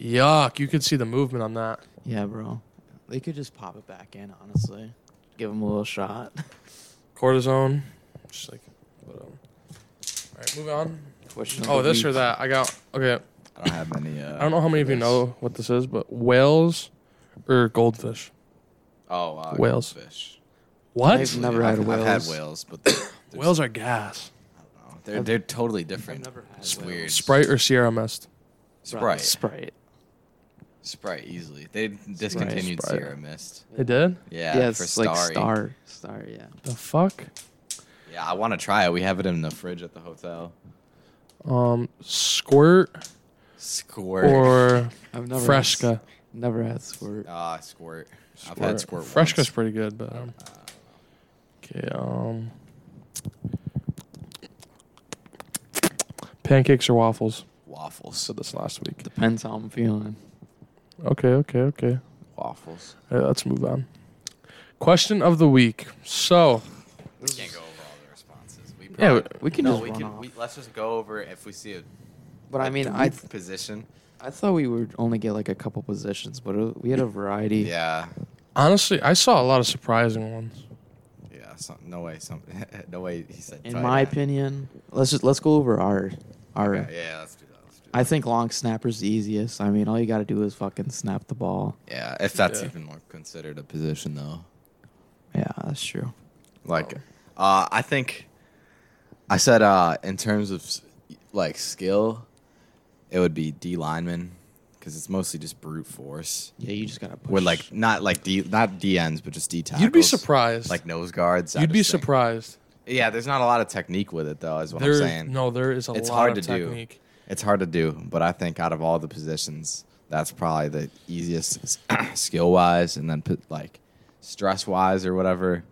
Speaker 3: Yuck! You could see the movement on that.
Speaker 2: Yeah, bro. They could just pop it back in, honestly. Give him a little shot.
Speaker 3: Cortisone. Just like. But, um, all right, move on.
Speaker 2: Question of
Speaker 3: Oh,
Speaker 2: the
Speaker 3: this or
Speaker 2: week.
Speaker 3: that. I got. Okay,
Speaker 1: I don't have any. Uh,
Speaker 3: I don't know how many of you know what this is, but whales or goldfish.
Speaker 1: Oh, uh,
Speaker 3: Whales.
Speaker 1: Fish.
Speaker 3: What?
Speaker 2: I've never
Speaker 1: I've,
Speaker 2: had whales.
Speaker 1: I've had whales, but they're, they're-
Speaker 3: Whales are gas.
Speaker 1: no, they're they're totally different.
Speaker 2: never had
Speaker 1: it's
Speaker 2: whales.
Speaker 1: weird.
Speaker 3: Sprite or Sierra Mist.
Speaker 1: Sprite.
Speaker 2: Sprite.
Speaker 1: Sprite easily. They discontinued
Speaker 3: Sprite.
Speaker 1: Sierra Mist.
Speaker 3: They did.
Speaker 1: Yeah,
Speaker 2: Yeah,
Speaker 1: for
Speaker 2: it's
Speaker 1: Starry.
Speaker 2: like star. Star, yeah.
Speaker 3: The fuck.
Speaker 1: Yeah, I want to try it. We have it in the fridge at the hotel.
Speaker 3: Um, squirt
Speaker 1: Squirt.
Speaker 3: or
Speaker 2: I've never Had,
Speaker 3: fresca.
Speaker 2: never had squirt.
Speaker 1: Ah, squirt. I've had squirt.
Speaker 3: Fresca's
Speaker 1: once. Uh,
Speaker 3: pretty good, but um, okay. Um, pancakes or waffles?
Speaker 1: waffles.
Speaker 3: Said this last week.
Speaker 2: Depends how I'm feeling.
Speaker 3: Okay, okay, okay.
Speaker 1: Waffles.
Speaker 3: All right, let's move on. Question of the week. So
Speaker 1: We can't go over all the responses. We
Speaker 3: Yeah,
Speaker 1: probably,
Speaker 2: we can
Speaker 1: no,
Speaker 2: just
Speaker 1: we
Speaker 2: run
Speaker 1: can.
Speaker 2: off.
Speaker 1: We, let's just go over if we see a.
Speaker 2: But I
Speaker 1: a
Speaker 2: mean, I
Speaker 1: brief position.
Speaker 2: I thought we would only get like a couple positions, uh, but it, we had a variety.
Speaker 1: Yeah,
Speaker 3: honestly, I saw a lot of surprising ones.
Speaker 1: yeah. some, no way. Some, no way. He said.
Speaker 2: In
Speaker 1: tight
Speaker 2: my
Speaker 1: end.
Speaker 2: opinion, let's just let's go over our our.
Speaker 1: Okay, yeah, let's do that. Let's do that.
Speaker 2: I think long snapper's the easiest. I mean, all you got to do is fucking snap the ball.
Speaker 1: yeah, if that's
Speaker 3: Yeah.
Speaker 1: even more considered a position though.
Speaker 2: Yeah, that's true.
Speaker 1: Like,
Speaker 3: Oh.
Speaker 1: uh, I think I said uh, in terms of s- like skill, it would be D lineman because it's mostly just brute force.
Speaker 2: Yeah, you just got to push.
Speaker 1: With like not like D not D ends, but just D tackles.
Speaker 3: You'd be surprised.
Speaker 1: Like nose guards. I
Speaker 3: You'd be
Speaker 1: just think-
Speaker 3: surprised.
Speaker 1: Yeah, there's not a lot of technique with it though. Is what
Speaker 3: There,
Speaker 1: I'm saying.
Speaker 3: no, there is a
Speaker 1: It's
Speaker 3: lot
Speaker 1: hard
Speaker 3: of
Speaker 1: to do.
Speaker 3: technique.
Speaker 1: It's hard to do, but I think out of all the positions, that's probably the easiest skill wise, and then put like stress wise or whatever.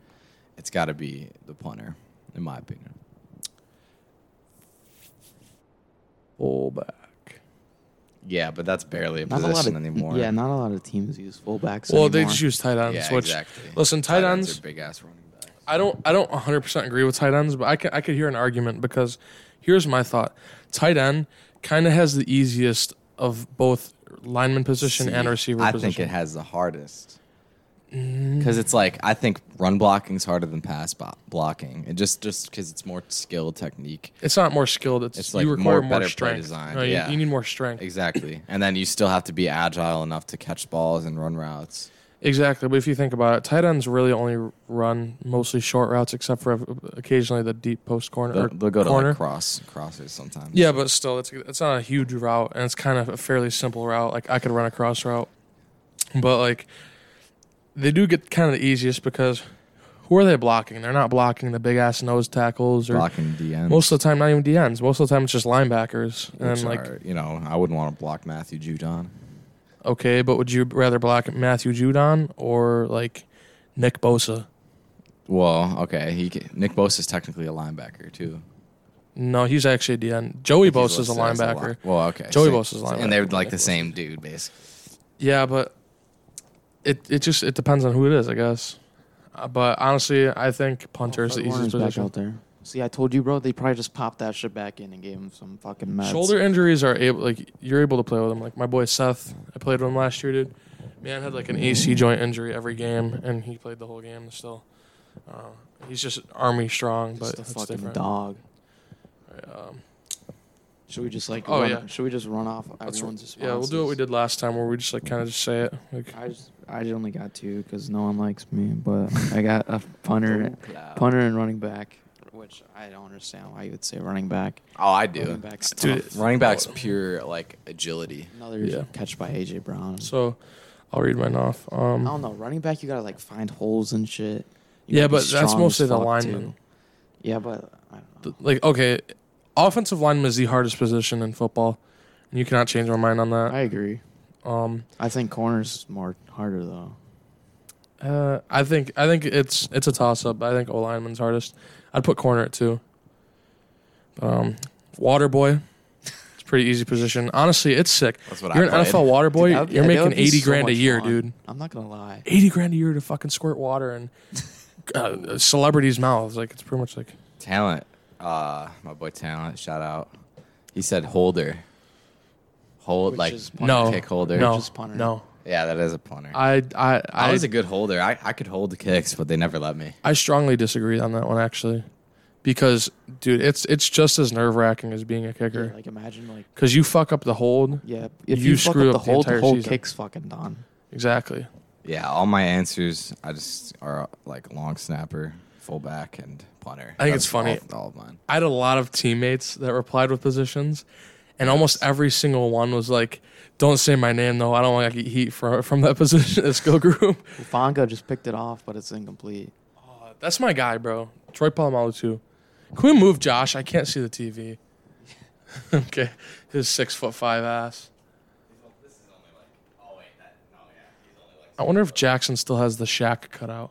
Speaker 1: It's got to be the punter, in my opinion.
Speaker 3: Fullback.
Speaker 1: Yeah, but that's barely a
Speaker 2: not a lot
Speaker 1: position
Speaker 2: of
Speaker 1: anymore.
Speaker 2: Yeah, not a lot of teams use fullbacks.
Speaker 3: Well,
Speaker 2: anymore.
Speaker 3: they just use tight ends,
Speaker 1: yeah,
Speaker 3: which
Speaker 1: exactly.
Speaker 3: listen, tight ends-
Speaker 1: are big ass running backs.
Speaker 3: I don't I don't 100% agree with tight ends, but I could I could hear an argument because here's my thought. Tight end kind of has the easiest of both lineman position
Speaker 1: See,
Speaker 3: and receiver
Speaker 1: I
Speaker 3: position. Mm.
Speaker 1: think it has the hardest because it's like I think run blocking's harder than pass bo- blocking, and just just because it's more skill technique.
Speaker 3: it's not more skilled, it's,
Speaker 1: It's,
Speaker 3: you
Speaker 1: like,
Speaker 3: require
Speaker 1: more
Speaker 3: more,
Speaker 1: better play
Speaker 3: strength.
Speaker 1: design,
Speaker 3: No, you,
Speaker 1: yeah.
Speaker 3: you need more strength.
Speaker 1: Exactly. And then you still have to be agile enough to catch balls and run routes.
Speaker 3: Exactly, but if you think about it, tight ends really only run mostly short routes, except for occasionally the deep post corner.
Speaker 1: They'll,
Speaker 3: or
Speaker 1: they'll go to
Speaker 3: corner.
Speaker 1: like cross crossers sometimes.
Speaker 3: Yeah, but still, it's it's not a huge route, and it's kind of a fairly simple route. Like I could run a cross route, but like they do get kind of the easiest because who are they blocking? They're not blocking the big ass nose tackles or
Speaker 1: blocking DN.
Speaker 3: most of the time not even DNs. Most of the time it's just linebackers. And
Speaker 1: which
Speaker 3: like
Speaker 1: are, you know, I wouldn't want to block Matthew Judon.
Speaker 3: okay, but would you rather block Matthew Judon or like Nick Bosa?
Speaker 1: Well, okay, he can, Nick Bosa is technically a linebacker too.
Speaker 3: No, he's actually a DN. Joey
Speaker 1: He's
Speaker 3: Bosa is a
Speaker 1: listed as li-
Speaker 3: linebacker.
Speaker 1: well, okay,
Speaker 3: Joey
Speaker 1: same-
Speaker 3: Bosa's a
Speaker 1: and they're
Speaker 3: linebacker.
Speaker 1: like the same dude, basically.
Speaker 3: Yeah, but it it just it depends on who it is, I guess. Uh, but honestly, I think punter is the
Speaker 2: Oh, Fred Warner's
Speaker 3: easiest
Speaker 2: back
Speaker 3: position.
Speaker 2: out there. See, I told you, bro. They probably just popped that shit back in and gave him some fucking meds.
Speaker 3: Shoulder injuries are able like you're able to play with them. Like my boy Seth, I played with him last year, dude. Man had like an AC joint injury every game, and he played the whole game still. Uh, he's just army strong,
Speaker 2: just
Speaker 3: but
Speaker 2: a
Speaker 3: it's
Speaker 2: fucking
Speaker 3: different.
Speaker 2: dog.
Speaker 3: Um,
Speaker 2: Should we just like?
Speaker 3: Oh,
Speaker 2: run-
Speaker 3: yeah.
Speaker 2: Should we just run off
Speaker 3: let's-
Speaker 2: everyone's responses?
Speaker 3: yeah, we'll do what we did last time, where we just like kind of just say it. Like
Speaker 2: I just, I only got two because no one likes me, but I got a punter, punter and running back, which I don't understand why you would say running back.
Speaker 1: Oh, I do.
Speaker 2: Running back's
Speaker 3: Dude,
Speaker 2: tough.
Speaker 1: Running back's pure like agility.
Speaker 2: Another
Speaker 3: Yeah.
Speaker 2: catch by AJ Brown.
Speaker 3: so, I'll read mine off.
Speaker 2: I
Speaker 3: Um,
Speaker 2: don't know. Running back, you gotta like find holes and shit. You
Speaker 3: yeah,
Speaker 2: gotta be
Speaker 3: but that's
Speaker 2: strong
Speaker 3: mostly
Speaker 2: as
Speaker 3: the
Speaker 2: fuck,
Speaker 3: lineman.
Speaker 2: too. Yeah, but I don't know.
Speaker 3: th- like okay, offensive lineman is the hardest position in football. You cannot change my mind on that.
Speaker 2: I agree.
Speaker 3: Um,
Speaker 2: I think corners more harder though.
Speaker 3: uh, I think I think it's it's a toss up. I think O lineman's hardest. I'd put corner at two. Um, water boy, it's a pretty easy position. Honestly, it's sick.
Speaker 1: That's what
Speaker 3: You're
Speaker 1: I
Speaker 3: an
Speaker 1: played.
Speaker 3: NFL water boy.
Speaker 2: Dude, that would-
Speaker 3: You're
Speaker 2: that
Speaker 3: making
Speaker 2: would be
Speaker 3: eighty
Speaker 2: so
Speaker 3: grand a
Speaker 2: much
Speaker 3: year,
Speaker 2: fun.
Speaker 3: dude.
Speaker 2: I'm not gonna lie.
Speaker 3: Eighty grand a year to fucking squirt water in uh, celebrities' mouths. Like it's pretty much like
Speaker 1: Talent, uh, my boy Talent, shout out. He said holder, hold
Speaker 2: Which
Speaker 1: like
Speaker 2: is punter.
Speaker 3: no
Speaker 1: kick holder.
Speaker 3: No,
Speaker 2: Just punter.
Speaker 3: no.
Speaker 1: Yeah, that is a punter. I,
Speaker 3: I I I,
Speaker 1: was a good holder. I, I could hold the kicks, but they never let me.
Speaker 3: I strongly disagree on that one actually, because dude, it's it's just as nerve wracking as being a
Speaker 2: Yeah,
Speaker 3: kicker
Speaker 2: like imagine like
Speaker 3: because you fuck up the hold
Speaker 2: yeah. If
Speaker 3: You
Speaker 2: you, fuck
Speaker 3: screw
Speaker 2: up the
Speaker 3: up the
Speaker 2: whole the
Speaker 3: entire
Speaker 2: whole
Speaker 3: season.
Speaker 2: kick's fucking done.
Speaker 3: exactly.
Speaker 1: Yeah, all my answers I just are like long snapper, fullback, and punter.
Speaker 3: I think it's funny.
Speaker 1: All, all of mine.
Speaker 3: I had a lot of teammates that replied with positions, and almost every single one was like, "Don't say my name though. I don't want to get heat from from that position that skill group."
Speaker 2: Fanga just picked it off, but it's incomplete.
Speaker 3: Uh, that's my guy, bro. Troy Polamalu too. Can we move Josh? I can't see the TV. okay, his six foot five ass. I wonder if Jackson still has the Shaq cutout.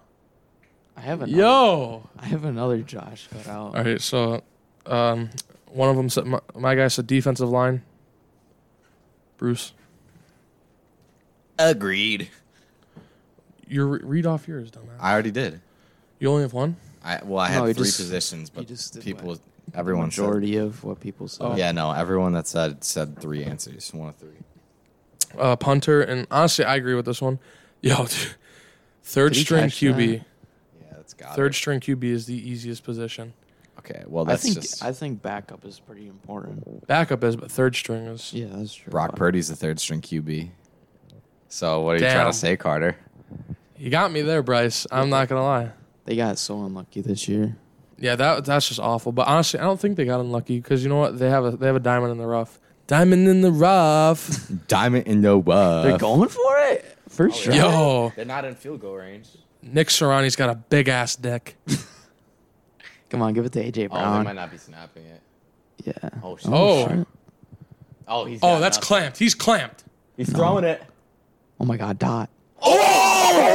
Speaker 2: I have another.
Speaker 3: Yo.
Speaker 2: I have another Josh cut out.
Speaker 3: All right, so um, one of them said, my, my guy said defensive line. Bruce,
Speaker 1: Agreed.
Speaker 3: you re- read off yours, dumbass.
Speaker 1: I already did.
Speaker 3: You only have one.
Speaker 1: I well, I
Speaker 2: No,
Speaker 1: had
Speaker 2: you
Speaker 1: three
Speaker 2: just-
Speaker 1: positions,
Speaker 2: you
Speaker 1: but
Speaker 2: just did
Speaker 1: people,
Speaker 2: what?
Speaker 1: everyone said.
Speaker 2: Majority of what people said.
Speaker 3: Oh.
Speaker 1: Yeah, no, everyone that said said three answers, one of three.
Speaker 3: Uh, punter, and honestly, I agree with this one. Yo, dude, third
Speaker 2: Did he
Speaker 3: string
Speaker 2: catch
Speaker 3: QB.
Speaker 1: Yeah, That's got
Speaker 3: Third
Speaker 1: it.
Speaker 3: string QB is the easiest position.
Speaker 1: Okay, well
Speaker 2: I
Speaker 1: that's
Speaker 2: think
Speaker 1: just
Speaker 2: I think backup is pretty important.
Speaker 3: Backup is, but third string is.
Speaker 2: Yeah, that's true.
Speaker 1: Brock
Speaker 2: but-
Speaker 1: Purdy's the third string QB. So what are you trying
Speaker 3: Damn.
Speaker 1: to say, Carter?
Speaker 3: You got me there, Bryce. I'm not gonna lie.
Speaker 2: They got so unlucky this year.
Speaker 3: Yeah, that that's just awful. But honestly, I don't think they got unlucky because you know what? They have a they have a diamond in the rough. Diamond in the rough.
Speaker 1: Diamond in the rough.
Speaker 2: They're going for it. First
Speaker 1: Oh,
Speaker 2: try.
Speaker 1: yeah.
Speaker 3: Yo,
Speaker 1: They're not in field goal range.
Speaker 3: Nick Serrani's got a big ass dick.
Speaker 2: Come on, give it to AJ
Speaker 1: Oh, they
Speaker 2: Brown.
Speaker 1: might not be snapping it.
Speaker 2: yeah.
Speaker 1: Oh, shit.
Speaker 3: Oh.
Speaker 2: shit.
Speaker 1: Oh, he's.
Speaker 3: Oh,
Speaker 1: got
Speaker 3: that's
Speaker 1: nothing.
Speaker 3: clamped. He's clamped.
Speaker 1: He's throwing it.
Speaker 2: Oh my God, Dot.
Speaker 1: Oh,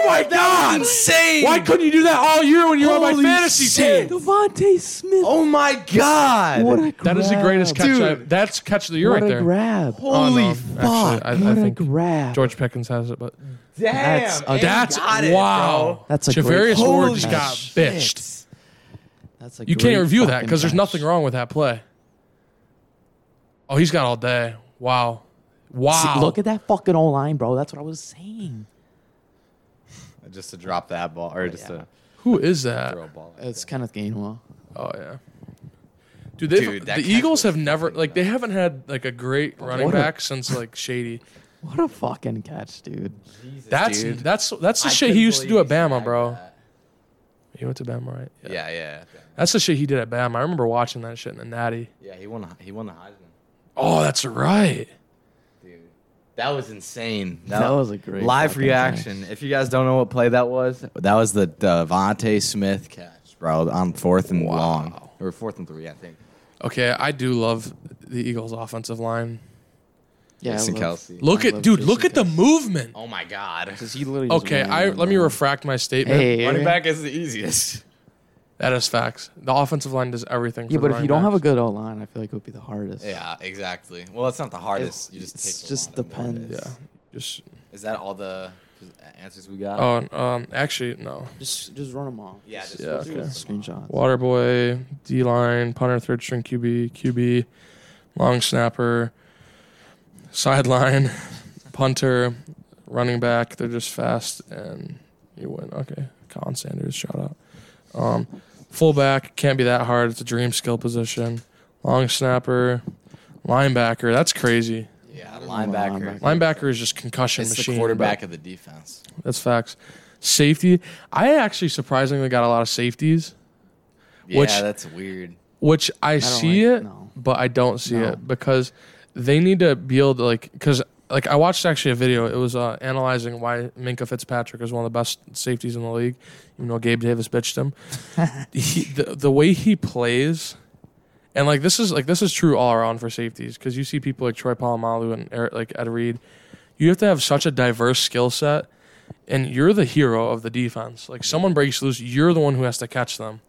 Speaker 1: oh my God!
Speaker 3: Insane.
Speaker 1: Why couldn't you do that all year when you were on my
Speaker 3: Holy
Speaker 1: fantasy
Speaker 3: shit.
Speaker 1: team?
Speaker 2: Devontae Smith.
Speaker 1: Oh my God!
Speaker 2: what a grab.
Speaker 3: That is the greatest catch.
Speaker 1: Dude.
Speaker 3: I, that's catch of the year
Speaker 2: What
Speaker 3: right
Speaker 2: a
Speaker 3: there.
Speaker 2: grab. Oh,
Speaker 1: Holy
Speaker 3: no.
Speaker 1: fuck!
Speaker 3: Actually, I- I
Speaker 2: what
Speaker 3: think
Speaker 2: a grab.
Speaker 3: George Pickens has it, but
Speaker 1: Damn!
Speaker 2: That's-
Speaker 1: and he
Speaker 3: that's
Speaker 1: got it,
Speaker 3: wow.
Speaker 1: bro.
Speaker 2: That's a great
Speaker 3: Javarius
Speaker 2: catch.
Speaker 3: Ward
Speaker 1: Holy
Speaker 3: just
Speaker 2: Holy
Speaker 3: got
Speaker 1: shit.
Speaker 3: bitched.
Speaker 2: That's a
Speaker 3: You
Speaker 2: great
Speaker 3: can't review that
Speaker 2: fucking
Speaker 3: because there's
Speaker 2: catch.
Speaker 3: nothing wrong with that play. Oh, he's got all day. Wow. Wow.
Speaker 2: See, look at that fucking O line, bro. That's what I was saying.
Speaker 1: Just to drop that ball, or just
Speaker 2: Oh, Yeah.
Speaker 3: Who is
Speaker 1: to
Speaker 3: that?
Speaker 1: throw a ball. like
Speaker 2: It's
Speaker 1: that.
Speaker 2: Kenneth Gainwell.
Speaker 3: Oh yeah. Dude, they've-
Speaker 1: Dude, that
Speaker 3: the
Speaker 1: catch
Speaker 3: Eagles
Speaker 1: was
Speaker 3: have never
Speaker 1: fucking
Speaker 3: like they haven't had like a great running
Speaker 2: what a-
Speaker 3: back since like Shady.
Speaker 2: What a fucking catch, dude.
Speaker 1: Jesus,
Speaker 3: That's
Speaker 1: dude.
Speaker 3: that's that's the
Speaker 1: I
Speaker 3: shit he
Speaker 1: couldn't
Speaker 3: used to do
Speaker 1: believe
Speaker 3: at
Speaker 1: he
Speaker 3: Bama,
Speaker 1: snagged
Speaker 3: bro.
Speaker 1: that.
Speaker 3: He went to Bama, right?
Speaker 1: Yeah, yeah,
Speaker 3: That's the shit he did at Bama. I remember watching that shit in the Natty.
Speaker 1: yeah. He won. He won the Heisman.
Speaker 3: Oh, that's right.
Speaker 1: Dude, that was insane.
Speaker 2: That was a great
Speaker 1: live
Speaker 2: fucking
Speaker 1: reaction. If you guys don't know what play that was, that was the Devonte Smith catch, bro, on fourth and
Speaker 3: Wow.
Speaker 1: long or fourth and three, I think.
Speaker 3: Okay, I do love the Eagles' offensive line.
Speaker 2: Yeah, I
Speaker 1: Jason
Speaker 2: love-
Speaker 1: Kelsey.
Speaker 3: Look
Speaker 2: I
Speaker 3: at
Speaker 2: love
Speaker 3: dude,
Speaker 2: Jason
Speaker 3: look at the
Speaker 2: Kelsey.
Speaker 3: movement.
Speaker 1: Oh my God!
Speaker 2: 'Cause he literally just
Speaker 3: Okay,
Speaker 2: ran
Speaker 3: I
Speaker 2: around
Speaker 3: let me
Speaker 2: the-
Speaker 3: retract my statement.
Speaker 2: Hey,
Speaker 1: Running back is the easiest.
Speaker 3: That is facts. The offensive line does everything.
Speaker 2: Yeah,
Speaker 3: for the
Speaker 2: but if you
Speaker 3: running
Speaker 2: don't have a
Speaker 3: backs.
Speaker 2: good O line, I feel like it would be the hardest.
Speaker 1: Yeah, exactly. Well, it's not the hardest. you just
Speaker 2: It's
Speaker 1: take the
Speaker 2: just
Speaker 1: one and what it
Speaker 2: depends.
Speaker 1: is.
Speaker 2: Yeah.
Speaker 3: just
Speaker 1: Is that all the answers we got?
Speaker 3: oh um actually no.
Speaker 2: Just just run them all.
Speaker 1: Yeah, just
Speaker 3: Yeah,
Speaker 1: let's do
Speaker 3: okay.
Speaker 1: this.
Speaker 2: Screenshots.
Speaker 3: Waterboy, D line, punter, third string QB, QB, long snapper, sideline, punter, running back. They're just fast and you win. Okay. Colin Sanders, shout out. Um, fullback can't be that hard. It's a dream skill position. Long snapper, linebacker. That's crazy.
Speaker 1: Yeah, linebacker.
Speaker 2: linebacker.
Speaker 3: Linebacker is just concussion
Speaker 1: It's
Speaker 3: machine.
Speaker 1: the
Speaker 3: but
Speaker 1: quarterback of the defense.
Speaker 3: That's facts. Safety. I actually surprisingly got a lot of safeties.
Speaker 1: Yeah,
Speaker 3: Which-
Speaker 1: that's weird.
Speaker 3: which I, see
Speaker 2: like-
Speaker 3: it,
Speaker 2: no.
Speaker 3: but I don't see
Speaker 2: No.
Speaker 3: it because they need to be able to like because like I watched actually a video. It was uh, analyzing why Minka Fitzpatrick is one of the best safeties in the league. Even though Gabe Davis bitched him, he, the the way he plays. And like this is like this is true all around for safeties because you see people like Troy Polamalu and Eric, like Ed Reed, you have to have such a diverse skill set, and you're the hero of the defense. Like someone breaks loose, you're the one who has to catch them.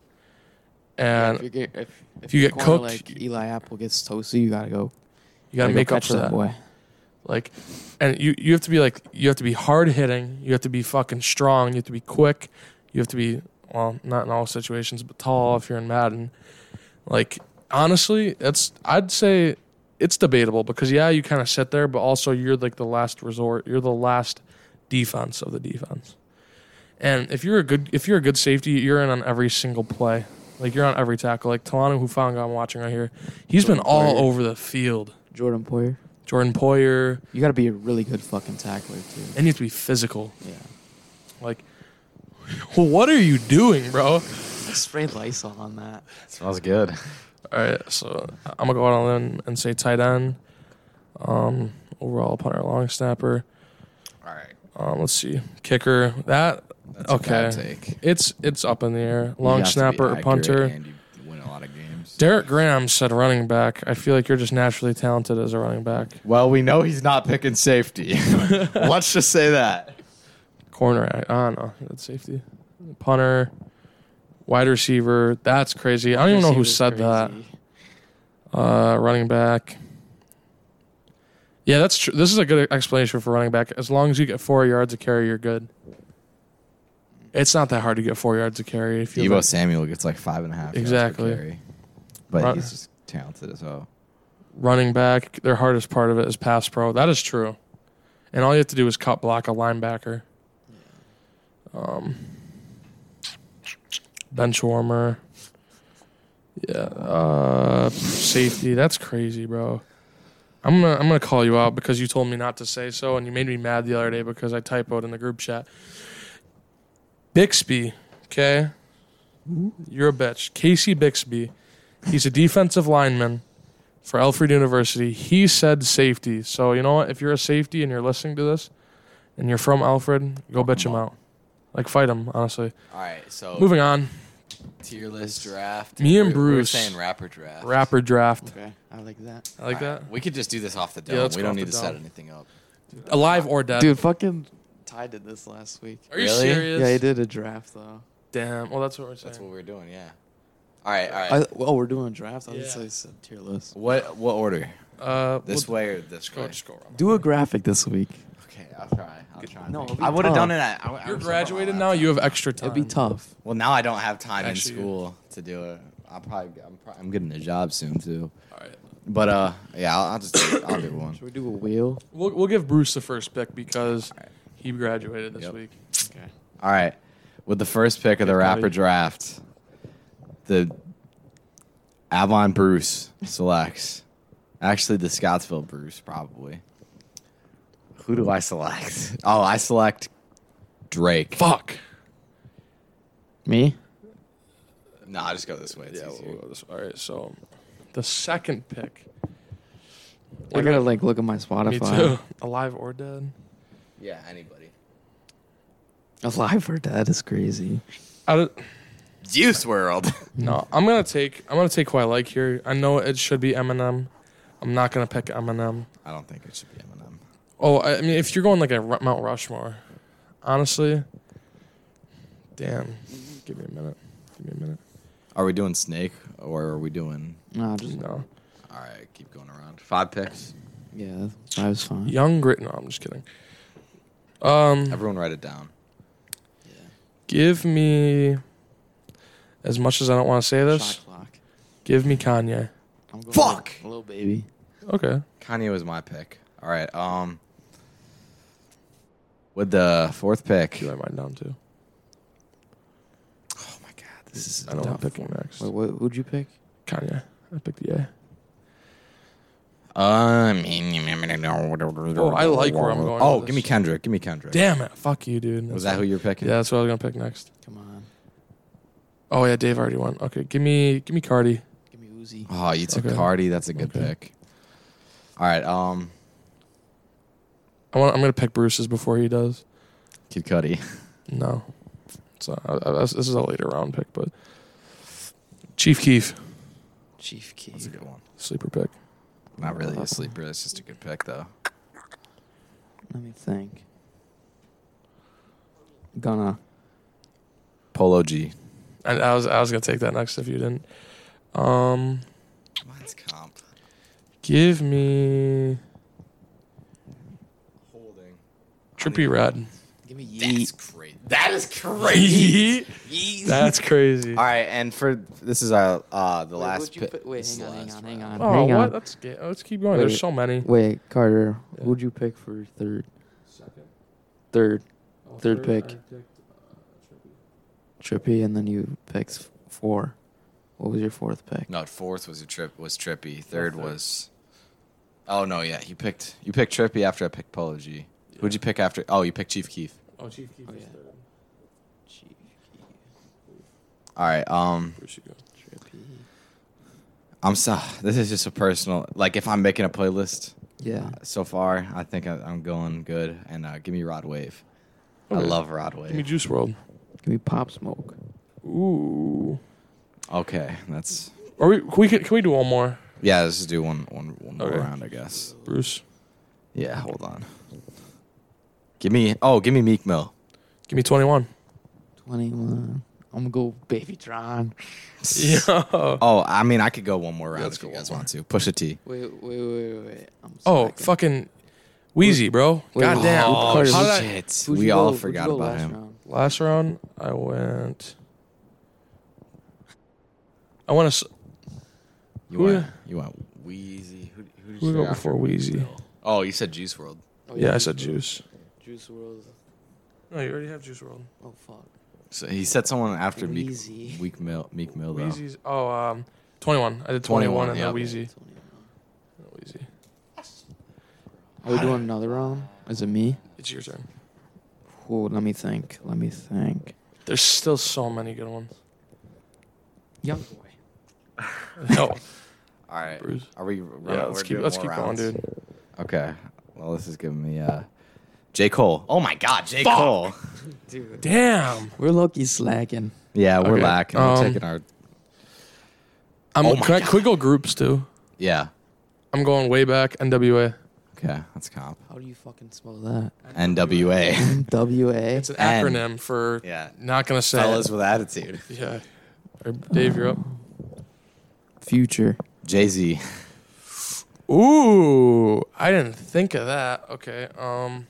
Speaker 3: And
Speaker 2: if you get if,
Speaker 3: you
Speaker 2: your
Speaker 3: get
Speaker 2: corner,
Speaker 3: cooked,
Speaker 2: like Eli Apple gets toasty, you gotta go.
Speaker 3: You
Speaker 2: gotta
Speaker 3: gotta
Speaker 2: go
Speaker 3: make up
Speaker 2: catch
Speaker 3: for that.
Speaker 2: boy.
Speaker 3: Like, and you you have to be like you have to be hard hitting. You have to be fucking strong. You have to be quick. You have to be well, not in all situations, but tall if you're in Madden. Like honestly, that's I'd say it's debatable because yeah, you kind of sit there, but also you're like the last resort. You're the last defense of the defense. And if you're a good if you're a good safety, you're in on every single play. Like you're on every tackle. Like Talano Hufanga, I'm watching right here. He's been all
Speaker 2: Jordan Poyer.
Speaker 3: over the field.
Speaker 2: Jordan Poyer.
Speaker 3: Jordan Poyer.
Speaker 2: You gotta be a really good fucking tackler too.
Speaker 3: It needs to be physical.
Speaker 2: Yeah.
Speaker 3: Like, well, what are you doing, bro? All
Speaker 2: Spray Lysol on that.
Speaker 1: Smells good.
Speaker 3: right, so I'm gonna go out on a limb and say tight end. Um, overall punter, long snapper.
Speaker 1: All right.
Speaker 3: Um, let's see, kicker. That
Speaker 1: That's
Speaker 3: okay.
Speaker 1: A bad take.
Speaker 3: It's it's up in the air.
Speaker 1: You
Speaker 3: Long
Speaker 1: have to be
Speaker 3: snapper or
Speaker 1: accurate
Speaker 3: punter.
Speaker 1: And you win a lot of games.
Speaker 3: Derek Graham said running back. I feel like you're just naturally talented as a running back.
Speaker 1: Well, we know he's not picking safety. Let's just say that.
Speaker 3: Corner, I, I don't know. That's safety. Punter, wide receiver. That's crazy. I don't even know who
Speaker 2: Receiver's
Speaker 3: said that.
Speaker 2: crazy.
Speaker 3: Uh, running back. Yeah, that's true. This is a good explanation for running back. As long as you get four yards a carry, you're good. It's not that hard to get four yards a carry if you.
Speaker 1: Debo Samuel gets like five and a half. yards per
Speaker 3: Exactly.
Speaker 1: carry. But
Speaker 3: Right.
Speaker 1: he's just talented as well.
Speaker 3: running back, their hardest part of it is pass pro. That is true, and all you have to do is cut block a linebacker. Um, bench warmer. Yeah, uh, safety. That's crazy, bro. I'm gonna I'm gonna call you out because you told me not to say so, and you made me mad the other day because I typoed in the group chat. Bixby, okay, you're a bitch. Casey Bixby, he's a defensive lineman for Alfred University. He said safety, so you know what? If you're a safety and you're listening to this, and you're from Alfred, go bitch him out, like fight him. Honestly,
Speaker 1: All right, so
Speaker 3: moving on.
Speaker 1: tier list draft.
Speaker 3: Me and
Speaker 1: We're- we were
Speaker 3: Bruce.
Speaker 1: saying rapper draft.
Speaker 3: Rapper draft.
Speaker 2: Okay, I like that.
Speaker 3: I like
Speaker 1: All right,
Speaker 3: that.
Speaker 1: We could just do this off the dome.
Speaker 3: Yeah, let's
Speaker 1: we
Speaker 3: go
Speaker 1: don't
Speaker 3: off
Speaker 1: need
Speaker 3: the
Speaker 1: to set
Speaker 3: dome.
Speaker 1: anything up.
Speaker 3: Alive or dead.
Speaker 2: Dude, fucking Ty did this last week.
Speaker 3: Are you
Speaker 1: Really?
Speaker 3: serious?
Speaker 2: Yeah, he did a draft though.
Speaker 3: Damn. Well, that's what we're saying.
Speaker 1: That's what we were doing. Yeah. All right. All right.
Speaker 2: I, well, we're doing a draft. I
Speaker 3: Yeah.
Speaker 2: was gonna say some tier list.
Speaker 1: what what order?
Speaker 3: uh,
Speaker 1: This
Speaker 3: we'll-
Speaker 1: way or this
Speaker 3: Just go,
Speaker 1: way?
Speaker 3: just go around.
Speaker 2: Do a graphic this week.
Speaker 1: Okay, I'll try. I'll try.
Speaker 2: No, it'll be
Speaker 1: I would have
Speaker 2: tough.
Speaker 1: done it. At, I, I
Speaker 3: You're
Speaker 1: was
Speaker 3: graduated
Speaker 1: on
Speaker 3: now.
Speaker 1: that.
Speaker 3: You have extra time.
Speaker 2: It'd be tough.
Speaker 1: Well, now I don't have time
Speaker 3: Actually,
Speaker 1: in school to do it. I'll probably I'm, probably, I'm getting a job soon too.
Speaker 3: All right.
Speaker 1: But uh, yeah, I'll, I'll just do, I'll do one.
Speaker 2: Should we do a wheel?
Speaker 3: We'll we'll give Bruce the first pick because he graduated this
Speaker 1: Yep.
Speaker 3: week.
Speaker 2: Okay.
Speaker 1: All right, with the first pick of the
Speaker 3: Good
Speaker 1: rapper
Speaker 3: buddy.
Speaker 1: draft, the Avon Bruce selects. Actually, the Scottsville Bruce probably. Who do I select? Oh, I select Drake.
Speaker 3: Fuck.
Speaker 2: Me?
Speaker 1: No, I'll just go this way. It's
Speaker 3: Yeah.
Speaker 1: easier.
Speaker 3: We'll go this. All right. So, the second pick.
Speaker 2: I gotta like look at my Spotify.
Speaker 3: Me too. Alive or dead.
Speaker 1: yeah, anybody.
Speaker 2: Alive or dead is crazy.
Speaker 3: Out of,
Speaker 1: Juice World.
Speaker 2: Mm-hmm.
Speaker 3: no, I'm gonna take I'm gonna take who I like here. I know it should be Eminem. I'm not gonna pick Eminem.
Speaker 1: I don't think it should be Eminem.
Speaker 3: Oh, I I mean, if you're going like a Ru- Mount Rushmore, honestly, damn. Give me a minute. Give me a minute.
Speaker 1: Are we doing Snake or are we doing?
Speaker 2: Nah, just
Speaker 3: No,
Speaker 1: All right, keep going around. Five picks.
Speaker 2: yeah, I was fine.
Speaker 3: Young Grit. No, I'm just kidding. Um,
Speaker 1: Everyone write it down.
Speaker 3: give me. As much as I don't want to say
Speaker 2: Shot
Speaker 3: this,
Speaker 2: clock.
Speaker 3: give me Kanye.
Speaker 2: I'm going
Speaker 1: Fuck!
Speaker 2: with Little baby.
Speaker 3: Okay.
Speaker 1: Kanye was my pick. All right. Um, with the fourth pick.
Speaker 3: Do I mind down too?
Speaker 1: Oh my god, this is.
Speaker 3: I know what I'm
Speaker 2: Tough.
Speaker 3: picking next.
Speaker 2: Wait, what, who'd you pick?
Speaker 3: Kanye. I picked the A.
Speaker 1: Um.
Speaker 3: Oh, I like where I'm going
Speaker 1: Oh,
Speaker 3: with
Speaker 1: give me
Speaker 3: this.
Speaker 1: Kendrick. Give me Kendrick.
Speaker 3: Damn it. Fuck you, dude.
Speaker 1: Was that
Speaker 3: That's-
Speaker 1: who you're picking?
Speaker 3: Yeah, that's what I was gonna pick next.
Speaker 2: Come on,
Speaker 3: Oh yeah, Dave already won. Okay, give me give me Cardi.
Speaker 2: give me Uzi.
Speaker 1: Oh, you took
Speaker 3: Okay.
Speaker 1: Cardi. That's a good
Speaker 3: Okay.
Speaker 1: pick. All right. Um,
Speaker 3: I want. I'm gonna pick Bruce's before he does.
Speaker 1: Kid Cudi.
Speaker 3: No. So I, I, this is a later round pick, but Chief Keef,
Speaker 2: Chief Key.
Speaker 1: That's a good one.
Speaker 3: sleeper pick.
Speaker 1: Not really a sleeper. It's just a good pick though.
Speaker 2: Let me think. Gonna.
Speaker 1: Polo G.
Speaker 3: And I was I was gonna take that next if you didn't. Um,
Speaker 1: Mine's comp.
Speaker 3: give me
Speaker 1: Holding.
Speaker 3: Trippy Red.
Speaker 2: Give me
Speaker 1: That's
Speaker 2: Yeet.
Speaker 1: crazy. That is crazy.
Speaker 3: That's crazy.
Speaker 1: All right, and for this is our uh the
Speaker 2: Wait,
Speaker 1: last
Speaker 2: what'd you
Speaker 1: pick.
Speaker 2: pick- wait,
Speaker 1: this is
Speaker 2: hang
Speaker 1: the
Speaker 2: on, hang
Speaker 1: last
Speaker 2: on, hang
Speaker 1: round.
Speaker 2: on.
Speaker 3: Oh,
Speaker 2: Hang
Speaker 3: what?
Speaker 2: on.
Speaker 3: Let's get let's keep going. There's
Speaker 2: Wait.
Speaker 3: so many.
Speaker 2: Wait, Carter,
Speaker 3: Yeah.
Speaker 2: who'd you pick for third? Third. Third pick. Trippy, and then you picked f- four. What was your fourth pick?
Speaker 1: No, fourth was a trip was trippy. Third
Speaker 3: third.
Speaker 1: was Oh no, yeah. You picked you picked Trippy after I picked Polo G. Who'd
Speaker 3: Yeah.
Speaker 1: you pick after oh you picked Chief Keef.
Speaker 3: Oh, Chief Keef
Speaker 2: Oh,
Speaker 3: is
Speaker 2: yeah.
Speaker 3: third.
Speaker 2: Chief
Speaker 1: Alright, um
Speaker 3: Where should go?
Speaker 2: Trippy.
Speaker 1: I'm so this is just a personal like if I'm making a playlist
Speaker 2: Yeah.
Speaker 1: so far, I think I, I'm going good. And uh, give me Rod Wave. I
Speaker 3: Okay.
Speaker 1: love Rod Wave.
Speaker 3: Give me Juice World.
Speaker 2: Give me Pop Smoke.
Speaker 3: Ooh.
Speaker 1: okay, that's
Speaker 3: Are we? Can we can we do one more,
Speaker 1: yeah. Let's just do one one one more
Speaker 3: Okay.
Speaker 1: round, I guess.
Speaker 3: Bruce?
Speaker 1: Yeah, hold on. Give me oh, give me Meek Mill.
Speaker 3: Give me twenty one.
Speaker 2: 21. I'm going to go Baby Tron.
Speaker 3: Yeah.
Speaker 1: Oh, I mean, I could go one more round
Speaker 3: Let's
Speaker 1: if
Speaker 3: go
Speaker 1: you guys
Speaker 3: one more.
Speaker 1: want to. Push a T.
Speaker 2: Wait, wait, wait, wait. I'm
Speaker 3: Oh,
Speaker 2: slacking.
Speaker 3: fucking Wheezy, bro.
Speaker 2: Wait,
Speaker 3: God
Speaker 2: wait,
Speaker 3: damn.
Speaker 2: wait,
Speaker 3: How
Speaker 2: Carter,
Speaker 3: did
Speaker 2: who's-
Speaker 3: I-
Speaker 1: oh, shit.
Speaker 2: Who'd
Speaker 1: We
Speaker 2: you
Speaker 1: all
Speaker 2: go-
Speaker 1: forgot
Speaker 2: who'd you go
Speaker 1: about
Speaker 2: last
Speaker 1: him.
Speaker 2: round?
Speaker 3: Last round, I went. I want to.
Speaker 1: You
Speaker 3: Who-
Speaker 1: went, you went Wheezy. Who, who did
Speaker 3: Who
Speaker 1: you
Speaker 3: we
Speaker 1: go
Speaker 3: got before Wheezy?
Speaker 1: Oh, you said Juice World.
Speaker 2: Oh,
Speaker 3: Yeah, I said Juice.
Speaker 2: Juice World.
Speaker 3: No, you already have Juice World.
Speaker 2: Oh fuck.
Speaker 1: So he said someone after Meek,
Speaker 2: Wheezy.
Speaker 1: Meek Mill. Meek Mill though.
Speaker 3: Wheezy's. Oh, um, 21. I did 21,
Speaker 1: 21,
Speaker 3: and
Speaker 1: yeah.
Speaker 3: then Wheezy. Wheezy.
Speaker 2: Are we doing another round? Is it me?
Speaker 3: It's your turn.
Speaker 2: Cool. Let me think. Let me think.
Speaker 3: There's still so many good ones.
Speaker 2: Young boy.
Speaker 3: No,
Speaker 1: All right.
Speaker 3: Bruce.
Speaker 1: Are we?
Speaker 3: yeah, let's keep let's keep going, dude.
Speaker 1: Okay. Well, this is giving me uh, J Cole. Oh my God, J
Speaker 3: Fuck.
Speaker 1: Cole.
Speaker 2: Dude.
Speaker 3: Damn. Um,
Speaker 2: We're lucky slacking.
Speaker 1: Yeah, we're
Speaker 3: Okay,
Speaker 1: lacking. We're
Speaker 3: um,
Speaker 1: taking our.
Speaker 3: I'm
Speaker 1: Oh my
Speaker 3: can, I,
Speaker 1: God.
Speaker 3: can we go groups too?
Speaker 1: Yeah.
Speaker 3: I'm going way back. NWA.
Speaker 1: Okay, that's comp.
Speaker 2: How do you fucking spell that?
Speaker 1: NWA.
Speaker 2: MWA.
Speaker 3: It's an
Speaker 1: N.
Speaker 3: acronym for
Speaker 1: yeah.
Speaker 3: not gonna say. it.
Speaker 1: Fellas with attitude.
Speaker 3: Yeah. Or Dave, you're up.
Speaker 2: Future.
Speaker 1: Jay Z.
Speaker 3: Ooh, I didn't think of that. Okay. Um,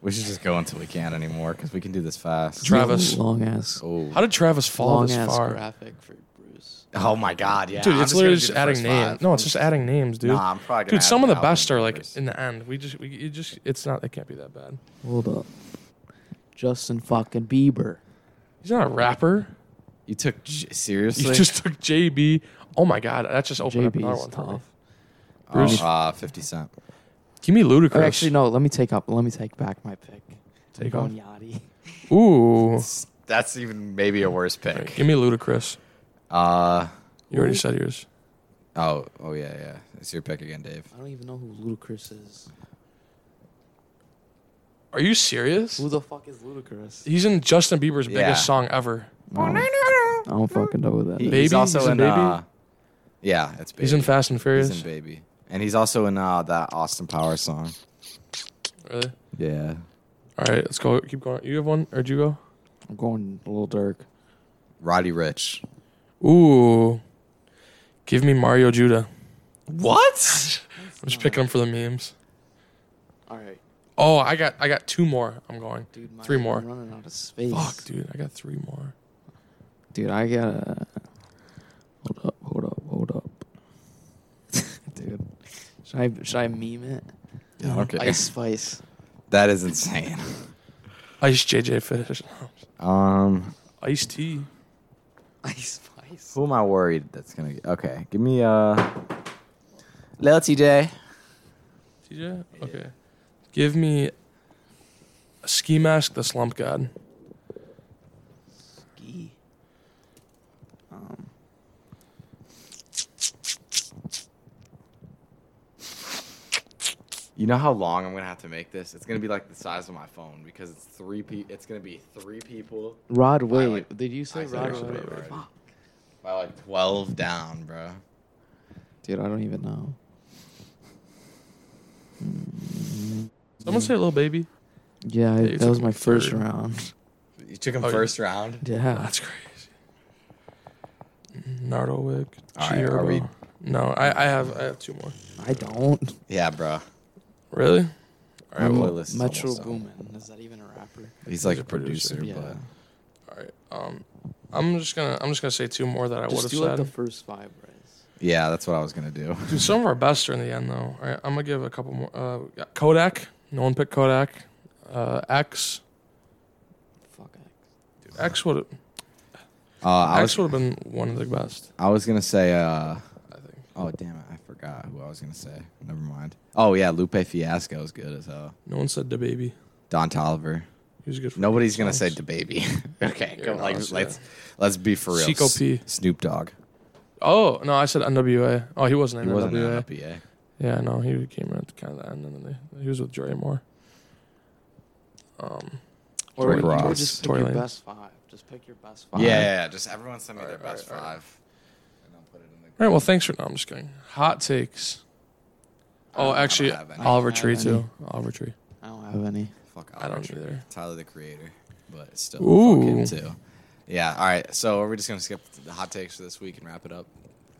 Speaker 1: We should just go until we can't anymore because we can do this fast.
Speaker 3: Tra- Travis.
Speaker 2: Long ass.
Speaker 1: oh.
Speaker 3: how did Travis fall
Speaker 2: Long
Speaker 3: this
Speaker 2: ass
Speaker 3: far?
Speaker 2: graphic for Bruce.
Speaker 1: oh my God. Yeah.
Speaker 3: Dude,
Speaker 1: I'm
Speaker 3: it's
Speaker 1: just gonna do
Speaker 3: literally just
Speaker 1: the
Speaker 3: adding
Speaker 1: first
Speaker 3: names.
Speaker 1: five.
Speaker 3: No, it's just adding names, dude.
Speaker 1: Nah, I'm probably gonna
Speaker 3: Dude,
Speaker 1: add
Speaker 3: some of the
Speaker 1: album
Speaker 3: best are like
Speaker 1: numbers.
Speaker 3: in the end. We just, we it just, it's not. It can't be that bad.
Speaker 2: Hold up. Justin fucking Bieber.
Speaker 3: He's not a rapper.
Speaker 1: You took J-
Speaker 3: You
Speaker 1: seriously.
Speaker 3: just took JB. Oh my god, that just opened up another
Speaker 2: JB
Speaker 3: one
Speaker 2: is
Speaker 3: for me.
Speaker 2: tough.
Speaker 3: Bruce.
Speaker 1: Oh, uh, Fifty Cent.
Speaker 3: Give me
Speaker 2: Or
Speaker 3: Ludacris.
Speaker 2: actually, no. Let me take up. Let me take back my pick.
Speaker 3: Take
Speaker 2: I'm
Speaker 3: off.
Speaker 2: going Yachty.
Speaker 3: Ooh.
Speaker 1: That's even maybe a worse
Speaker 3: All Oh. right,
Speaker 1: pick.
Speaker 3: give me Ludacris.
Speaker 1: Uh.
Speaker 3: You already said yours.
Speaker 1: Oh. Oh yeah. Yeah. It's your pick again, Dave.
Speaker 2: I don't even know who Ludacris is.
Speaker 3: Are you serious?
Speaker 2: Who the fuck is Ludacris?
Speaker 3: He's in Justin Bieber's
Speaker 1: Yeah.
Speaker 3: biggest song ever.
Speaker 2: Oh, I don't fucking know who that.
Speaker 1: He-
Speaker 2: is.
Speaker 1: He's
Speaker 3: Baby?
Speaker 1: also
Speaker 3: He's in
Speaker 1: in.
Speaker 3: Baby?
Speaker 1: Uh, yeah, it's baby.
Speaker 3: He's in Fast and Furious.
Speaker 1: He's in baby, and he's also in uh, that Austin Powers song.
Speaker 3: Really?
Speaker 1: Yeah.
Speaker 3: All right, let's go. Keep going. You have one, or did you go?
Speaker 2: I'm going Lil Durk.
Speaker 1: Roddy Rich.
Speaker 3: Ooh. Give me Mario Judah.
Speaker 1: What?
Speaker 3: I'm just picking them for the memes.
Speaker 2: All right,
Speaker 3: Oh, I got I got two more. I'm going.
Speaker 2: dude. my-
Speaker 3: Three more.
Speaker 2: I'm running out of space.
Speaker 3: Fuck, dude. I got three more.
Speaker 2: Dude, I gotta hold up, hold up, hold up. dude, should I should I meme it?
Speaker 1: okay.
Speaker 2: Ice Spice.
Speaker 1: That is insane.
Speaker 3: Ice JJ Fish.
Speaker 1: Um,
Speaker 3: Ice T.
Speaker 2: Ice Spice.
Speaker 1: who am I worried that's gonna? Get? Okay, give me uh, Lil TJ.
Speaker 3: TJ? Okay. Give me a Ski Mask the Slump God.
Speaker 2: Ski. Um,
Speaker 1: You know how long I'm gonna have to make this? It's gonna be like the size of my phone because it's three pe. It's gonna be three people
Speaker 2: Rod Wave.
Speaker 1: like-
Speaker 2: Did you say
Speaker 1: I said
Speaker 2: Rod
Speaker 1: Rod
Speaker 2: Wave?
Speaker 1: Wave already.
Speaker 2: Fuck.
Speaker 1: by like twelve down, bro.
Speaker 2: Dude, I don't even know.
Speaker 3: Someone say Little Baby.
Speaker 2: Yeah, I,
Speaker 3: you
Speaker 2: that was
Speaker 3: took
Speaker 2: my
Speaker 3: my
Speaker 2: first
Speaker 3: third.
Speaker 2: round.
Speaker 1: You took him
Speaker 3: Oh, yeah.
Speaker 1: first round.
Speaker 2: Yeah.
Speaker 3: That's crazy. Nardowick.
Speaker 1: All right, are we-
Speaker 3: Chierbo. No, I, I have I have two more.
Speaker 2: I don't.
Speaker 1: Yeah, bro.
Speaker 3: Really? All right.
Speaker 1: I'm-
Speaker 3: Well,
Speaker 1: playlist is
Speaker 2: Metro
Speaker 1: almost done.
Speaker 2: Boomin. Is that even a rapper?
Speaker 1: He's like
Speaker 3: a
Speaker 1: a producer,
Speaker 2: producer, yeah.
Speaker 3: all right. Um, I'm just gonna I'm just gonna say two more that I would
Speaker 2: Just
Speaker 3: have
Speaker 2: do like
Speaker 3: said.
Speaker 2: the first five, Bryce.
Speaker 1: but yeah, that's what I was gonna do.
Speaker 3: Dude, some of our best are in the end, though. All right, I'm gonna give a couple more. Uh, we got Kodak. No one picked Kodak. Uh, X.
Speaker 2: Fuck it.
Speaker 3: Dude, X would
Speaker 1: Uh, I was
Speaker 3: X would have been one of the best.
Speaker 1: I was gonna say. Uh,
Speaker 3: I think.
Speaker 1: oh damn it, I forgot who I was gonna say. Never mind. Oh yeah, Lupe Fiasco is good as hell.
Speaker 3: No one said the baby.
Speaker 1: Don Tolliver.
Speaker 3: He was good. For
Speaker 1: Nobody's gonna say
Speaker 3: songs.
Speaker 1: the baby. okay,
Speaker 3: Yeah,
Speaker 1: go,
Speaker 3: no,
Speaker 1: like,
Speaker 3: it's-
Speaker 1: let's let's be for real.
Speaker 3: Seco
Speaker 1: S-
Speaker 3: P.
Speaker 1: Snoop Dogg.
Speaker 3: Oh no, I said NWA. Oh, he wasn't
Speaker 1: He
Speaker 3: in
Speaker 1: wasn't
Speaker 3: NWA.
Speaker 1: an NWA.
Speaker 3: Yeah, no, he came at kind of the end, and then they, he was with Dre Moore. Um,
Speaker 2: Or,
Speaker 1: Rick
Speaker 2: we- or
Speaker 1: Ross.
Speaker 2: just pick
Speaker 3: Tory
Speaker 2: your
Speaker 3: Lanez.
Speaker 2: best five. Just pick your best
Speaker 1: Yeah,
Speaker 2: five.
Speaker 1: yeah, yeah, just everyone send me
Speaker 3: All
Speaker 1: their
Speaker 3: right,
Speaker 1: best
Speaker 3: all right, all right.
Speaker 1: five. And I'll put it in the
Speaker 3: all right. Well, thanks for. No, I'm just kidding. Hot takes.
Speaker 1: I
Speaker 3: Oh,
Speaker 1: don't- I don't
Speaker 3: actually,
Speaker 1: have any.
Speaker 3: Oliver
Speaker 2: I don't
Speaker 3: Tree
Speaker 2: have
Speaker 3: too. Oliver Tree.
Speaker 2: I don't have any.
Speaker 1: Fuck
Speaker 3: I don't
Speaker 1: Aldrich.
Speaker 3: either.
Speaker 1: Tyler the Creator, but still
Speaker 3: Ooh.
Speaker 1: fuck him too. Yeah. All right. So are we just gonna skip the hot takes for this week and wrap it up?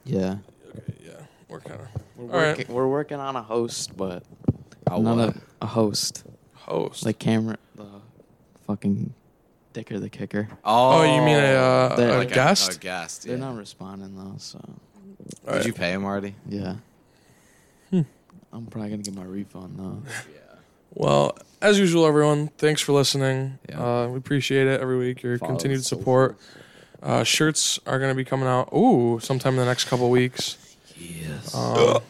Speaker 2: Yeah.
Speaker 3: Okay, yeah, we're kind of
Speaker 2: We're,
Speaker 3: All right.
Speaker 2: working, we're working on a host, but
Speaker 1: Oh,
Speaker 2: not
Speaker 1: what?
Speaker 2: a, a host.
Speaker 3: host.
Speaker 2: Like Cameron, the fucking dicker, the kicker.
Speaker 3: Oh, you mean a, uh,
Speaker 2: They're
Speaker 3: a
Speaker 2: like
Speaker 1: a-
Speaker 3: guest?
Speaker 1: A guest.
Speaker 2: They're
Speaker 1: yeah.
Speaker 2: not responding though, so
Speaker 1: Did you pay him already?
Speaker 2: Hmm. yeah. I'm probably gonna get my refund though.
Speaker 1: Yeah.
Speaker 3: Well, as usual, everyone, thanks for listening.
Speaker 1: Yeah.
Speaker 3: Uh, we appreciate it every week. Your
Speaker 1: Follow
Speaker 3: continued
Speaker 1: social.
Speaker 3: support. Uh, shirts are going to be coming out. Ooh, sometime in the next couple weeks.
Speaker 1: Yes.
Speaker 3: Um,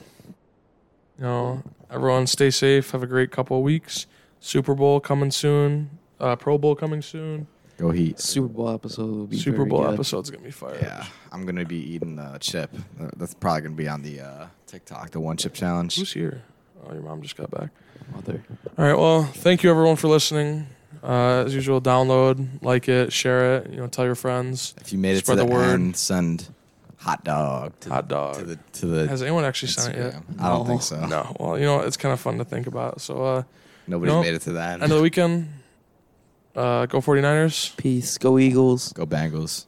Speaker 3: you know, everyone, stay safe. Have a great couple of weeks. Super Bowl coming soon. Uh, Pro Bowl coming soon.
Speaker 1: Go Heat.
Speaker 2: Super Bowl episode will be
Speaker 3: Super
Speaker 2: very
Speaker 3: Bowl
Speaker 2: good.
Speaker 3: episode's gonna be fire.
Speaker 1: Yeah, I'm gonna be eating the chip. Uh, That's probably gonna be on the uh, TikTok, the one chip challenge.
Speaker 3: Who's here? Oh, your mom just got back.
Speaker 2: Mother.
Speaker 3: All right. Well, thank you everyone for listening. Uh, as usual, download, like it, share it. You know, tell your friends.
Speaker 1: If you made it
Speaker 3: Spread
Speaker 1: to
Speaker 3: the
Speaker 1: the,
Speaker 3: word.
Speaker 1: end, send hot dog to,
Speaker 3: Hot dog.
Speaker 1: to the to the.
Speaker 3: Has anyone actually sent it yet?
Speaker 1: Instagram. I don't think
Speaker 2: No.
Speaker 1: so.
Speaker 3: No. Well, you know, it's kind of fun to think about. So, uh,
Speaker 1: Nobody's
Speaker 3: No.
Speaker 1: made it to that.
Speaker 3: end of the weekend. Uh, go 49ers.
Speaker 2: Peace. Go Eagles.
Speaker 1: Go Bengals.